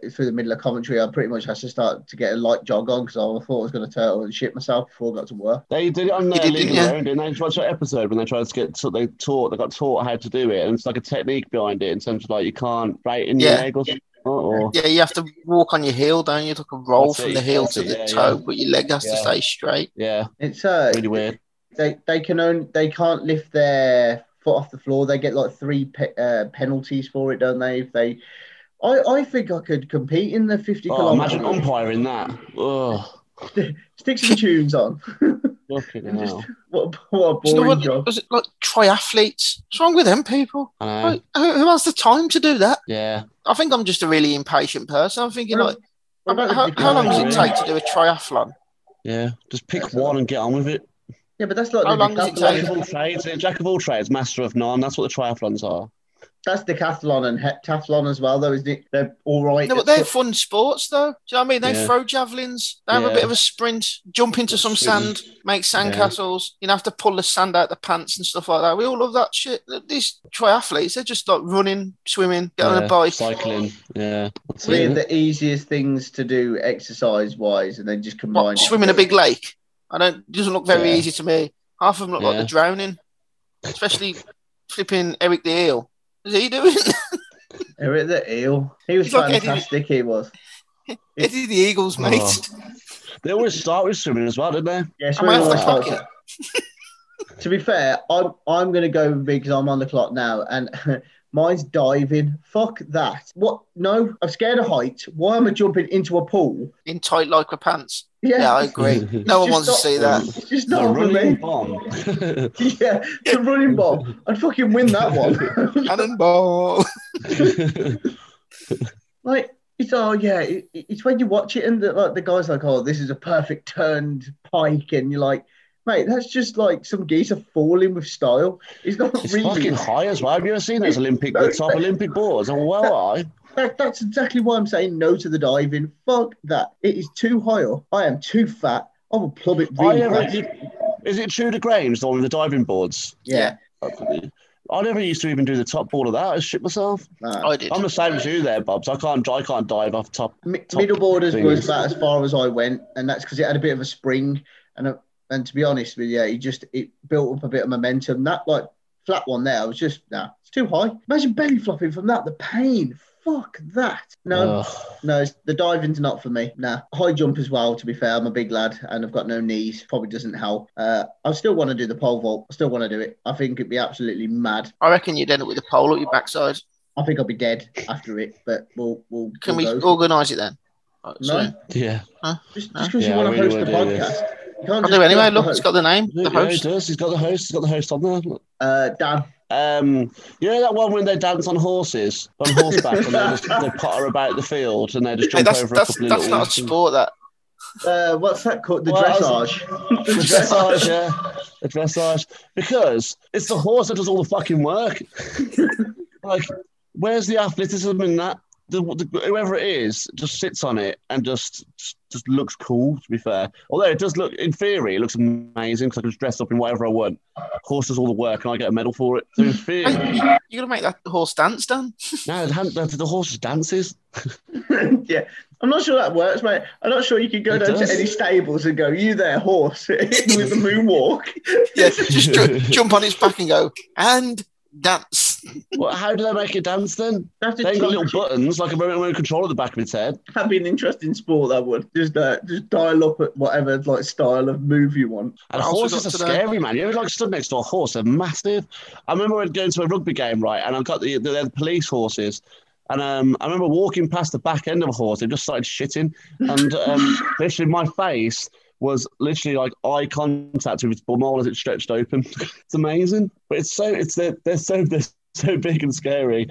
[SPEAKER 2] uh, through the middle of Coventry. I pretty much had to start to get a light jog on because I thought I was going to turtle and shit myself before I got to work.
[SPEAKER 4] They did it on
[SPEAKER 3] You
[SPEAKER 4] their
[SPEAKER 3] did,
[SPEAKER 4] legal
[SPEAKER 3] didn't you?
[SPEAKER 4] own, didn't they? Did you watch that episode when they tried to get so they taught they got taught how to do it, and it's like a technique behind it in terms of like you can't right in your
[SPEAKER 3] Yeah.
[SPEAKER 4] leg or something. Or,
[SPEAKER 3] Yeah, you have to walk on your heel, don't you? Like a roll
[SPEAKER 4] That's
[SPEAKER 3] from
[SPEAKER 4] it,
[SPEAKER 3] the heel
[SPEAKER 4] that's
[SPEAKER 3] to
[SPEAKER 4] it,
[SPEAKER 3] the
[SPEAKER 4] yeah,
[SPEAKER 3] toe,
[SPEAKER 4] yeah.
[SPEAKER 3] but your leg has to
[SPEAKER 4] Yeah.
[SPEAKER 3] stay straight.
[SPEAKER 4] yeah,
[SPEAKER 2] It's uh,
[SPEAKER 4] really weird.
[SPEAKER 2] they they can only they can't lift their foot off the floor. They get like three pe- uh, penalties for it, don't they? If they, I I think I could compete in the 50
[SPEAKER 4] Oh,
[SPEAKER 2] kilometer.
[SPEAKER 4] imagine umpiring that. Ugh.
[SPEAKER 2] Sticks and tunes on.
[SPEAKER 4] Fucking
[SPEAKER 2] And just-
[SPEAKER 4] hell.
[SPEAKER 2] What, a- what a
[SPEAKER 3] So
[SPEAKER 2] boring
[SPEAKER 3] what,
[SPEAKER 2] job.
[SPEAKER 3] was it like triathletes? What's wrong with them people?
[SPEAKER 4] I know.
[SPEAKER 3] Like, who, who has the time to do that?
[SPEAKER 4] Yeah.
[SPEAKER 3] I think I'm just a really impatient person. I'm thinking
[SPEAKER 2] Well,
[SPEAKER 3] like,
[SPEAKER 2] What about
[SPEAKER 3] how,
[SPEAKER 2] the-
[SPEAKER 3] how long does it
[SPEAKER 4] decline?
[SPEAKER 3] take to do a triathlon?
[SPEAKER 4] Yeah. Just pick one and get on with it.
[SPEAKER 2] Yeah, but that's like
[SPEAKER 3] How
[SPEAKER 2] the
[SPEAKER 3] long does it
[SPEAKER 2] decathlon.
[SPEAKER 4] Jack of all trades. eh? Jack of all trades, master of none. That's what the triathlons are.
[SPEAKER 2] That's decathlon and heptathlon as well, though, isn't it? They're all right.
[SPEAKER 3] No, but they're fun sports though. Do you know what I mean? They
[SPEAKER 4] Yeah.
[SPEAKER 3] throw javelins. They have a
[SPEAKER 4] Yeah.
[SPEAKER 3] bit of a sprint, jump into some
[SPEAKER 4] Sprint.
[SPEAKER 3] sand, make sandcastles. You know, have to pull the sand out the pants and stuff like that. We all love that shit. These triathletes, they're just like running, swimming, get on
[SPEAKER 4] Yeah.
[SPEAKER 3] a bike.
[SPEAKER 4] Cycling. Yeah. That's
[SPEAKER 2] Three of
[SPEAKER 4] it.
[SPEAKER 2] the easiest things to do exercise wise, and then just
[SPEAKER 3] What,
[SPEAKER 2] combine. it.
[SPEAKER 3] swim in a big lake. I don't doesn't look very
[SPEAKER 4] Yeah.
[SPEAKER 3] easy to me. Half of them look like
[SPEAKER 4] Yeah.
[SPEAKER 3] they're drowning, especially flipping Eric the Eel. Is he doing?
[SPEAKER 2] Eric the eel. He was
[SPEAKER 3] He's like Eddie-
[SPEAKER 2] fantastic. He was.
[SPEAKER 3] Eddie the Eagles,
[SPEAKER 4] Oh.
[SPEAKER 3] mate.
[SPEAKER 4] They always start with swimming as well, don't they?
[SPEAKER 2] Yeah,
[SPEAKER 3] Am I
[SPEAKER 2] swimming
[SPEAKER 3] off the
[SPEAKER 2] was
[SPEAKER 3] clock
[SPEAKER 2] awesome.
[SPEAKER 3] yet?
[SPEAKER 2] To be fair, I'm I'm gonna go because I'm on the clock now, and mine's diving. Fuck that. What? No, I'm scared of heights. Why am I jumping into a pool?
[SPEAKER 3] In tight lycra pants.
[SPEAKER 2] Yeah,
[SPEAKER 3] Yeah, I agree. No one
[SPEAKER 2] Just
[SPEAKER 3] wants to
[SPEAKER 2] not-
[SPEAKER 3] see that.
[SPEAKER 2] it's just
[SPEAKER 4] The
[SPEAKER 2] not for
[SPEAKER 4] running
[SPEAKER 2] me.
[SPEAKER 4] bomb.
[SPEAKER 2] Yeah, the running bomb. I'd fucking win that one.
[SPEAKER 3] Cannonball.
[SPEAKER 2] like it's oh yeah, it, it- it's when you watch it and the, like the guy's like, oh, this is a perfect turned pike, and you're like, mate, that's just like some geezer falling with style. It's not
[SPEAKER 4] it's
[SPEAKER 2] really.
[SPEAKER 4] fucking high as well. Have you ever seen those Olympic, the top Olympic boards? I'm well high.
[SPEAKER 2] That, that's exactly why I'm saying no to the diving. Fuck that. It is too high up. I am too fat. I will plummet
[SPEAKER 4] I
[SPEAKER 2] really
[SPEAKER 4] ever,
[SPEAKER 2] fast.
[SPEAKER 4] did- is it Tudor Grange, the one with the diving boards?
[SPEAKER 2] Yeah.
[SPEAKER 4] That's what it is. I never used to even do the top ball of that. I shit myself.
[SPEAKER 2] Nah.
[SPEAKER 3] I did.
[SPEAKER 4] I'm the same as you there, Bobs. I can't. I can't dive off top.
[SPEAKER 2] Mi-
[SPEAKER 4] top
[SPEAKER 2] middle borders
[SPEAKER 4] thing
[SPEAKER 2] was
[SPEAKER 4] is-
[SPEAKER 2] about as far as I went, and that's because it had a bit of a spring. And a, and to be honest with you, it just it built up a bit of momentum. That like flat one there, I was just nah, it's too high. Imagine belly flopping from that. The pain. Fuck that. No,
[SPEAKER 4] Ugh.
[SPEAKER 2] no, it's, the diving's not for me. Nah, high jump as well. To be fair, I'm a big lad and I've got no knees. Probably doesn't help. Uh, I still want to do the pole vault. I still want to do it. I think it'd be absolutely mad.
[SPEAKER 3] I reckon you'd end up with a pole at your backside.
[SPEAKER 2] I think I'll be dead after it. But we'll we'll.
[SPEAKER 3] Can
[SPEAKER 2] we'll
[SPEAKER 3] we
[SPEAKER 2] go.
[SPEAKER 3] organise it then? Right,
[SPEAKER 2] No.
[SPEAKER 3] so-
[SPEAKER 4] Yeah.
[SPEAKER 2] Just
[SPEAKER 3] Huh?
[SPEAKER 2] because
[SPEAKER 4] Yeah,
[SPEAKER 2] you want
[SPEAKER 4] we
[SPEAKER 2] to host the
[SPEAKER 4] would do this.
[SPEAKER 2] podcast. You can't
[SPEAKER 3] I'll
[SPEAKER 2] just
[SPEAKER 3] do it anyway. Look,
[SPEAKER 2] host.
[SPEAKER 3] it's got the name, the
[SPEAKER 4] yeah, he
[SPEAKER 3] host.
[SPEAKER 4] does. He's got the host. He's got the host on there. Look.
[SPEAKER 2] Uh, Dan.
[SPEAKER 4] Um, you know that one when they dance on horses on horseback and they just they potter about the field and they just
[SPEAKER 3] Hey,
[SPEAKER 4] jump
[SPEAKER 3] that's
[SPEAKER 4] over a
[SPEAKER 3] that's,
[SPEAKER 4] couple
[SPEAKER 3] that's
[SPEAKER 4] of
[SPEAKER 3] not a
[SPEAKER 4] little.
[SPEAKER 3] sport. That
[SPEAKER 2] Uh, what's that called? The
[SPEAKER 4] Well, I was-
[SPEAKER 2] dressage.
[SPEAKER 4] The dressage, yeah, the dressage. Because it's the horse that does all the fucking work. like, where's the athleticism in that? The, the, whoever it is just sits on it and just just looks cool. To be fair, although it does look, in theory, it looks amazing because I can just dress up in whatever I want. Horse does all the work and I get a medal for it. So in theory,
[SPEAKER 3] you're gonna make that horse dance, Dan.
[SPEAKER 4] no, the, hand- the, the horse dances.
[SPEAKER 2] yeah. I'm not sure that works, mate. I'm not sure you could go
[SPEAKER 4] It
[SPEAKER 2] down
[SPEAKER 4] does.
[SPEAKER 2] to any stables and go, you there, horse, with the moonwalk.
[SPEAKER 3] Yeah, just ju- jump on its back and go and dance.
[SPEAKER 4] Well, how do they make it dance then?
[SPEAKER 2] That's
[SPEAKER 4] They ain't got little
[SPEAKER 2] a
[SPEAKER 4] buttons like a remote control at the back of its head.
[SPEAKER 2] That'd be an interesting sport, that would. Just, uh, just dial up at whatever like style of move you want.
[SPEAKER 4] And
[SPEAKER 3] I also
[SPEAKER 4] horses
[SPEAKER 3] got
[SPEAKER 4] are
[SPEAKER 3] to the-
[SPEAKER 4] scary, man. You ever like stood next to a horse? They're massive. I remember I'd go into a rugby game, right? And I've got the, the, they're the police horses. And um, I remember walking past the back end of a horse. They just started shitting. And um, literally, my face was literally like eye contact with its bum hole as it stretched open. it's amazing. But it's so, it's they're, they're so, they're so big and scary.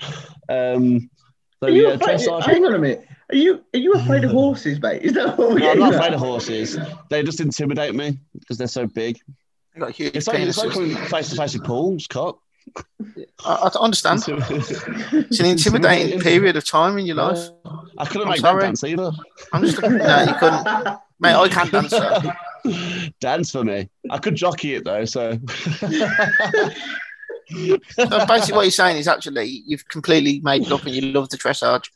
[SPEAKER 4] Um, so,
[SPEAKER 2] Are you
[SPEAKER 4] yeah,
[SPEAKER 2] afraid-
[SPEAKER 4] dressage-
[SPEAKER 2] Hang on a minute. Are you are you afraid of horses, mate? Is that what we're
[SPEAKER 4] No, I'm
[SPEAKER 2] getting
[SPEAKER 4] not
[SPEAKER 2] at?
[SPEAKER 4] afraid of horses. They just intimidate me because they're so big.
[SPEAKER 3] I got huge
[SPEAKER 4] It's like, it's like
[SPEAKER 3] penises.
[SPEAKER 4] coming face to face with Paul's cock.
[SPEAKER 3] I, I understand. Um, It's an intimidating period of time in your life.
[SPEAKER 4] I couldn't
[SPEAKER 3] I'm
[SPEAKER 4] make that
[SPEAKER 3] sorry.
[SPEAKER 4] dance either.
[SPEAKER 3] I'm just looking. No, you couldn't, mate. I can dance. Though.
[SPEAKER 4] dance for me. I could jockey it though, so.
[SPEAKER 3] So basically, what you're saying is actually you've completely made it up and you love the dressage.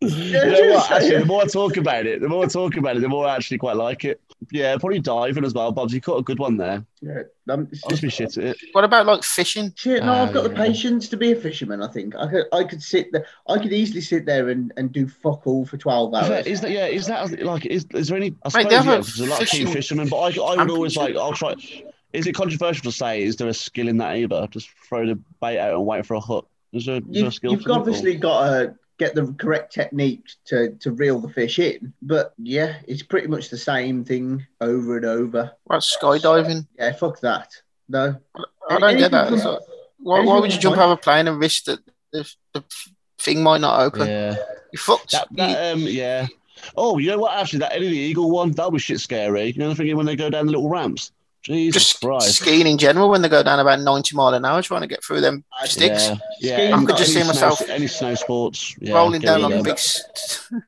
[SPEAKER 4] You know what? Actually, the more I talk about it, the more I talk about it, the more I actually quite like it. Yeah, probably diving as well, Bobs. You caught a good one there.
[SPEAKER 2] Yeah, I'm- it's
[SPEAKER 4] I'll just be shit at it.
[SPEAKER 3] What about like fishing?
[SPEAKER 2] Shit, no,
[SPEAKER 4] Oh,
[SPEAKER 2] I've got the
[SPEAKER 4] yeah.
[SPEAKER 2] patience to be a fisherman. I think I could, I could sit there, I could easily sit there and, and do fuck all for twelve
[SPEAKER 4] Is
[SPEAKER 2] hours.
[SPEAKER 4] that, is that yeah? Is that like is, is there any?
[SPEAKER 3] Mate,
[SPEAKER 4] I suppose
[SPEAKER 3] they
[SPEAKER 4] yeah,
[SPEAKER 3] have a
[SPEAKER 4] there's a lot of keen
[SPEAKER 3] fishing
[SPEAKER 4] fishermen, but I, I would always like
[SPEAKER 3] championship.
[SPEAKER 4] I'll try. Is it controversial to say? Is there a skill in that either? Just throw the bait out and wait for a hook. Is there, is there
[SPEAKER 2] you,
[SPEAKER 4] a skill?
[SPEAKER 2] you've
[SPEAKER 4] for that, or-
[SPEAKER 2] obviously got to get the correct technique to to reel the fish in. But yeah, it's pretty much the same thing over and over.
[SPEAKER 3] What skydiving?
[SPEAKER 2] Yeah, fuck that. No,
[SPEAKER 3] I don't get that.
[SPEAKER 2] Anything
[SPEAKER 3] It's
[SPEAKER 2] from-
[SPEAKER 3] like, why, why would you jump out of a plane and risk that the, the thing might not open?
[SPEAKER 4] Yeah.
[SPEAKER 3] You fucked.
[SPEAKER 4] That, that, um, yeah. Oh, you know what? Actually, that Eddie the Eagle one that was shit scary. You know the thing when they go down the little ramps. Jesus
[SPEAKER 3] just
[SPEAKER 4] Christ.
[SPEAKER 3] skiing in general when they go down about 90 mile an hour trying to get through them sticks
[SPEAKER 4] Yeah,
[SPEAKER 2] Skiing
[SPEAKER 4] yeah.
[SPEAKER 2] I
[SPEAKER 4] any
[SPEAKER 2] could just
[SPEAKER 3] see
[SPEAKER 4] snow-
[SPEAKER 3] myself
[SPEAKER 4] any snow sports yeah,
[SPEAKER 3] rolling
[SPEAKER 4] get
[SPEAKER 3] down
[SPEAKER 4] it
[SPEAKER 3] on
[SPEAKER 4] in.
[SPEAKER 3] the big st-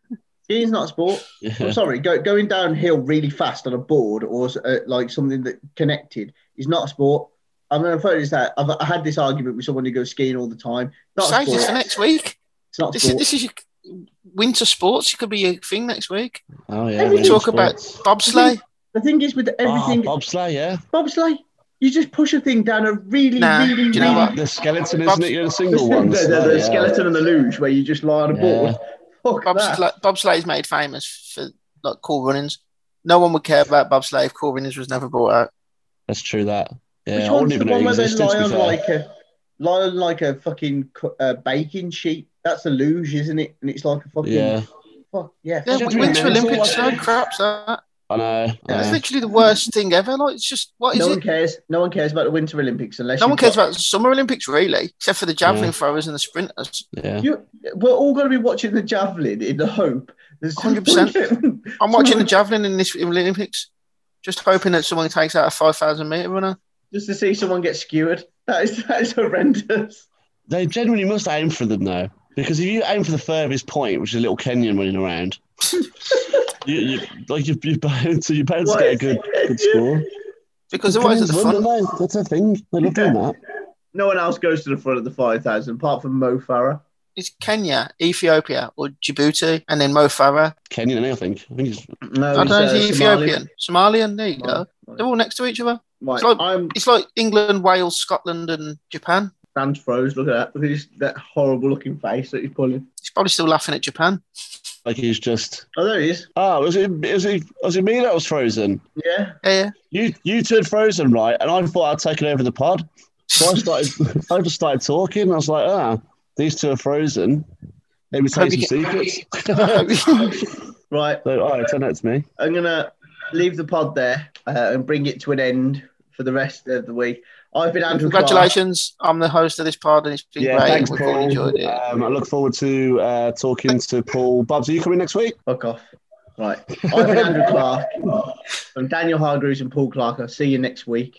[SPEAKER 2] skiing's not a sport.
[SPEAKER 4] Yeah.
[SPEAKER 2] I'm sorry, go, going downhill really fast on a board or uh, like something that connected is not a sport. I'm going to focus that. I've I had this argument with someone who goes skiing all the time. Not a
[SPEAKER 3] save this for
[SPEAKER 2] sport.
[SPEAKER 3] next week
[SPEAKER 2] It's not a
[SPEAKER 3] this is
[SPEAKER 2] sport.
[SPEAKER 3] this is your winter sports it could be your thing next week
[SPEAKER 4] Oh yeah.
[SPEAKER 2] Every
[SPEAKER 4] winter
[SPEAKER 3] talk about-
[SPEAKER 4] sports.
[SPEAKER 3] bobsleigh
[SPEAKER 2] The thing is with everything,
[SPEAKER 4] Ah, bobsleigh, yeah.
[SPEAKER 2] bobsleigh, you just push a thing down a really,
[SPEAKER 3] Nah,
[SPEAKER 2] really,
[SPEAKER 3] do
[SPEAKER 2] really.
[SPEAKER 3] you know what?
[SPEAKER 4] The skeleton,
[SPEAKER 3] Bobs-
[SPEAKER 4] isn't it? You're the
[SPEAKER 2] The,
[SPEAKER 4] single one.
[SPEAKER 2] the, the- the skeleton and the luge where you just lie on a
[SPEAKER 4] Yeah.
[SPEAKER 2] board. Fuck that.
[SPEAKER 3] bobsleigh, bobsleigh is made famous for like cool runnings no one would care about bobsleigh if cool runnings was never brought out
[SPEAKER 4] That's true. That. Yeah.
[SPEAKER 2] Which
[SPEAKER 4] I wouldn't
[SPEAKER 2] one's the
[SPEAKER 4] even know
[SPEAKER 2] one where they
[SPEAKER 4] existed.
[SPEAKER 2] lie
[SPEAKER 4] To
[SPEAKER 2] on
[SPEAKER 4] be fair.
[SPEAKER 2] like a lie on like a fucking cu- uh, baking sheet? That's a luge, isn't it? And it's like a fucking
[SPEAKER 4] Yeah.
[SPEAKER 2] fuck yeah.
[SPEAKER 3] yeah,
[SPEAKER 4] Should we
[SPEAKER 3] winter
[SPEAKER 4] mention
[SPEAKER 3] olympics
[SPEAKER 4] what-
[SPEAKER 3] no craps that
[SPEAKER 4] I know. I
[SPEAKER 3] that's
[SPEAKER 4] know.
[SPEAKER 3] literally the worst thing ever like it's just what is
[SPEAKER 2] No
[SPEAKER 3] it
[SPEAKER 2] one cares. No one cares about the Winter Olympics unless
[SPEAKER 3] no
[SPEAKER 2] you've
[SPEAKER 3] one cares
[SPEAKER 2] got- Mm.
[SPEAKER 3] about the summer olympics really except for the javelin
[SPEAKER 4] Yeah.
[SPEAKER 3] throwers and the sprinters
[SPEAKER 4] Yeah.
[SPEAKER 2] You, we're all going to be watching the javelin in the hope. that
[SPEAKER 3] 100%.
[SPEAKER 2] someone-
[SPEAKER 3] I'm watching the javelin in this Olympics, just hoping that someone takes out a 5,000 meter runner.
[SPEAKER 2] just to see someone get skewered. That is that is horrendous.
[SPEAKER 4] They genuinely must aim for them though, because if you aim for the furthest point, which is a little Kenyan running around, you, you like you you bound to you bound to
[SPEAKER 2] What
[SPEAKER 4] get a
[SPEAKER 2] is
[SPEAKER 4] good
[SPEAKER 2] it?
[SPEAKER 4] good score.
[SPEAKER 3] Because otherwise, it's
[SPEAKER 4] Kenyans
[SPEAKER 3] the fun.
[SPEAKER 4] win, don't they? That's a thing. They love doing that.
[SPEAKER 2] No one else goes to the front of the 5,000 apart from Mo Farah.
[SPEAKER 3] It's Kenya, Ethiopia, or Djibouti, and then Mo Farah.
[SPEAKER 4] Kenyan, I think. I think it's
[SPEAKER 2] No,
[SPEAKER 3] I
[SPEAKER 2] he's,
[SPEAKER 3] don't know,
[SPEAKER 2] uh,
[SPEAKER 3] he's
[SPEAKER 2] Somali.
[SPEAKER 3] Ethiopian. Somalian, there you
[SPEAKER 2] Right,
[SPEAKER 3] go. They're all next to each other.
[SPEAKER 2] Right.
[SPEAKER 3] It's like-
[SPEAKER 2] I'm
[SPEAKER 3] It's like England, Wales, Scotland, and Japan.
[SPEAKER 2] Dan's froze. Look at that. Look at his, that horrible looking face that he's pulling.
[SPEAKER 3] He's probably still laughing at Japan.
[SPEAKER 4] like he's just.
[SPEAKER 2] Oh, there he is.
[SPEAKER 4] Oh, was it, is it, was it me that was frozen?
[SPEAKER 2] Yeah.
[SPEAKER 3] Yeah, yeah.
[SPEAKER 4] You you two had frozen, right? And I thought I'd taken over the pod. So I started, I just started talking. I was like, ah, these two are frozen. Let me take
[SPEAKER 3] Hope
[SPEAKER 4] some
[SPEAKER 3] you
[SPEAKER 4] secrets.
[SPEAKER 2] Right.
[SPEAKER 4] So, all right, turn that to me.
[SPEAKER 2] I'm going to leave the pod there uh, and bring it to an end for the rest of the week. I've been Andrew Clark.
[SPEAKER 3] Congratulations. I'm the host of this pod, and it's been
[SPEAKER 4] Yeah,
[SPEAKER 3] great.
[SPEAKER 4] thanks,
[SPEAKER 3] We've all enjoyed
[SPEAKER 4] Paul.
[SPEAKER 3] it.
[SPEAKER 4] Um, I look forward to uh, talking to Paul. Bubs, are you coming next week?
[SPEAKER 2] Fuck off. Right. I've been Andrew Clark. I'm Daniel Hargreaves and Paul Clark. I'll see you next week.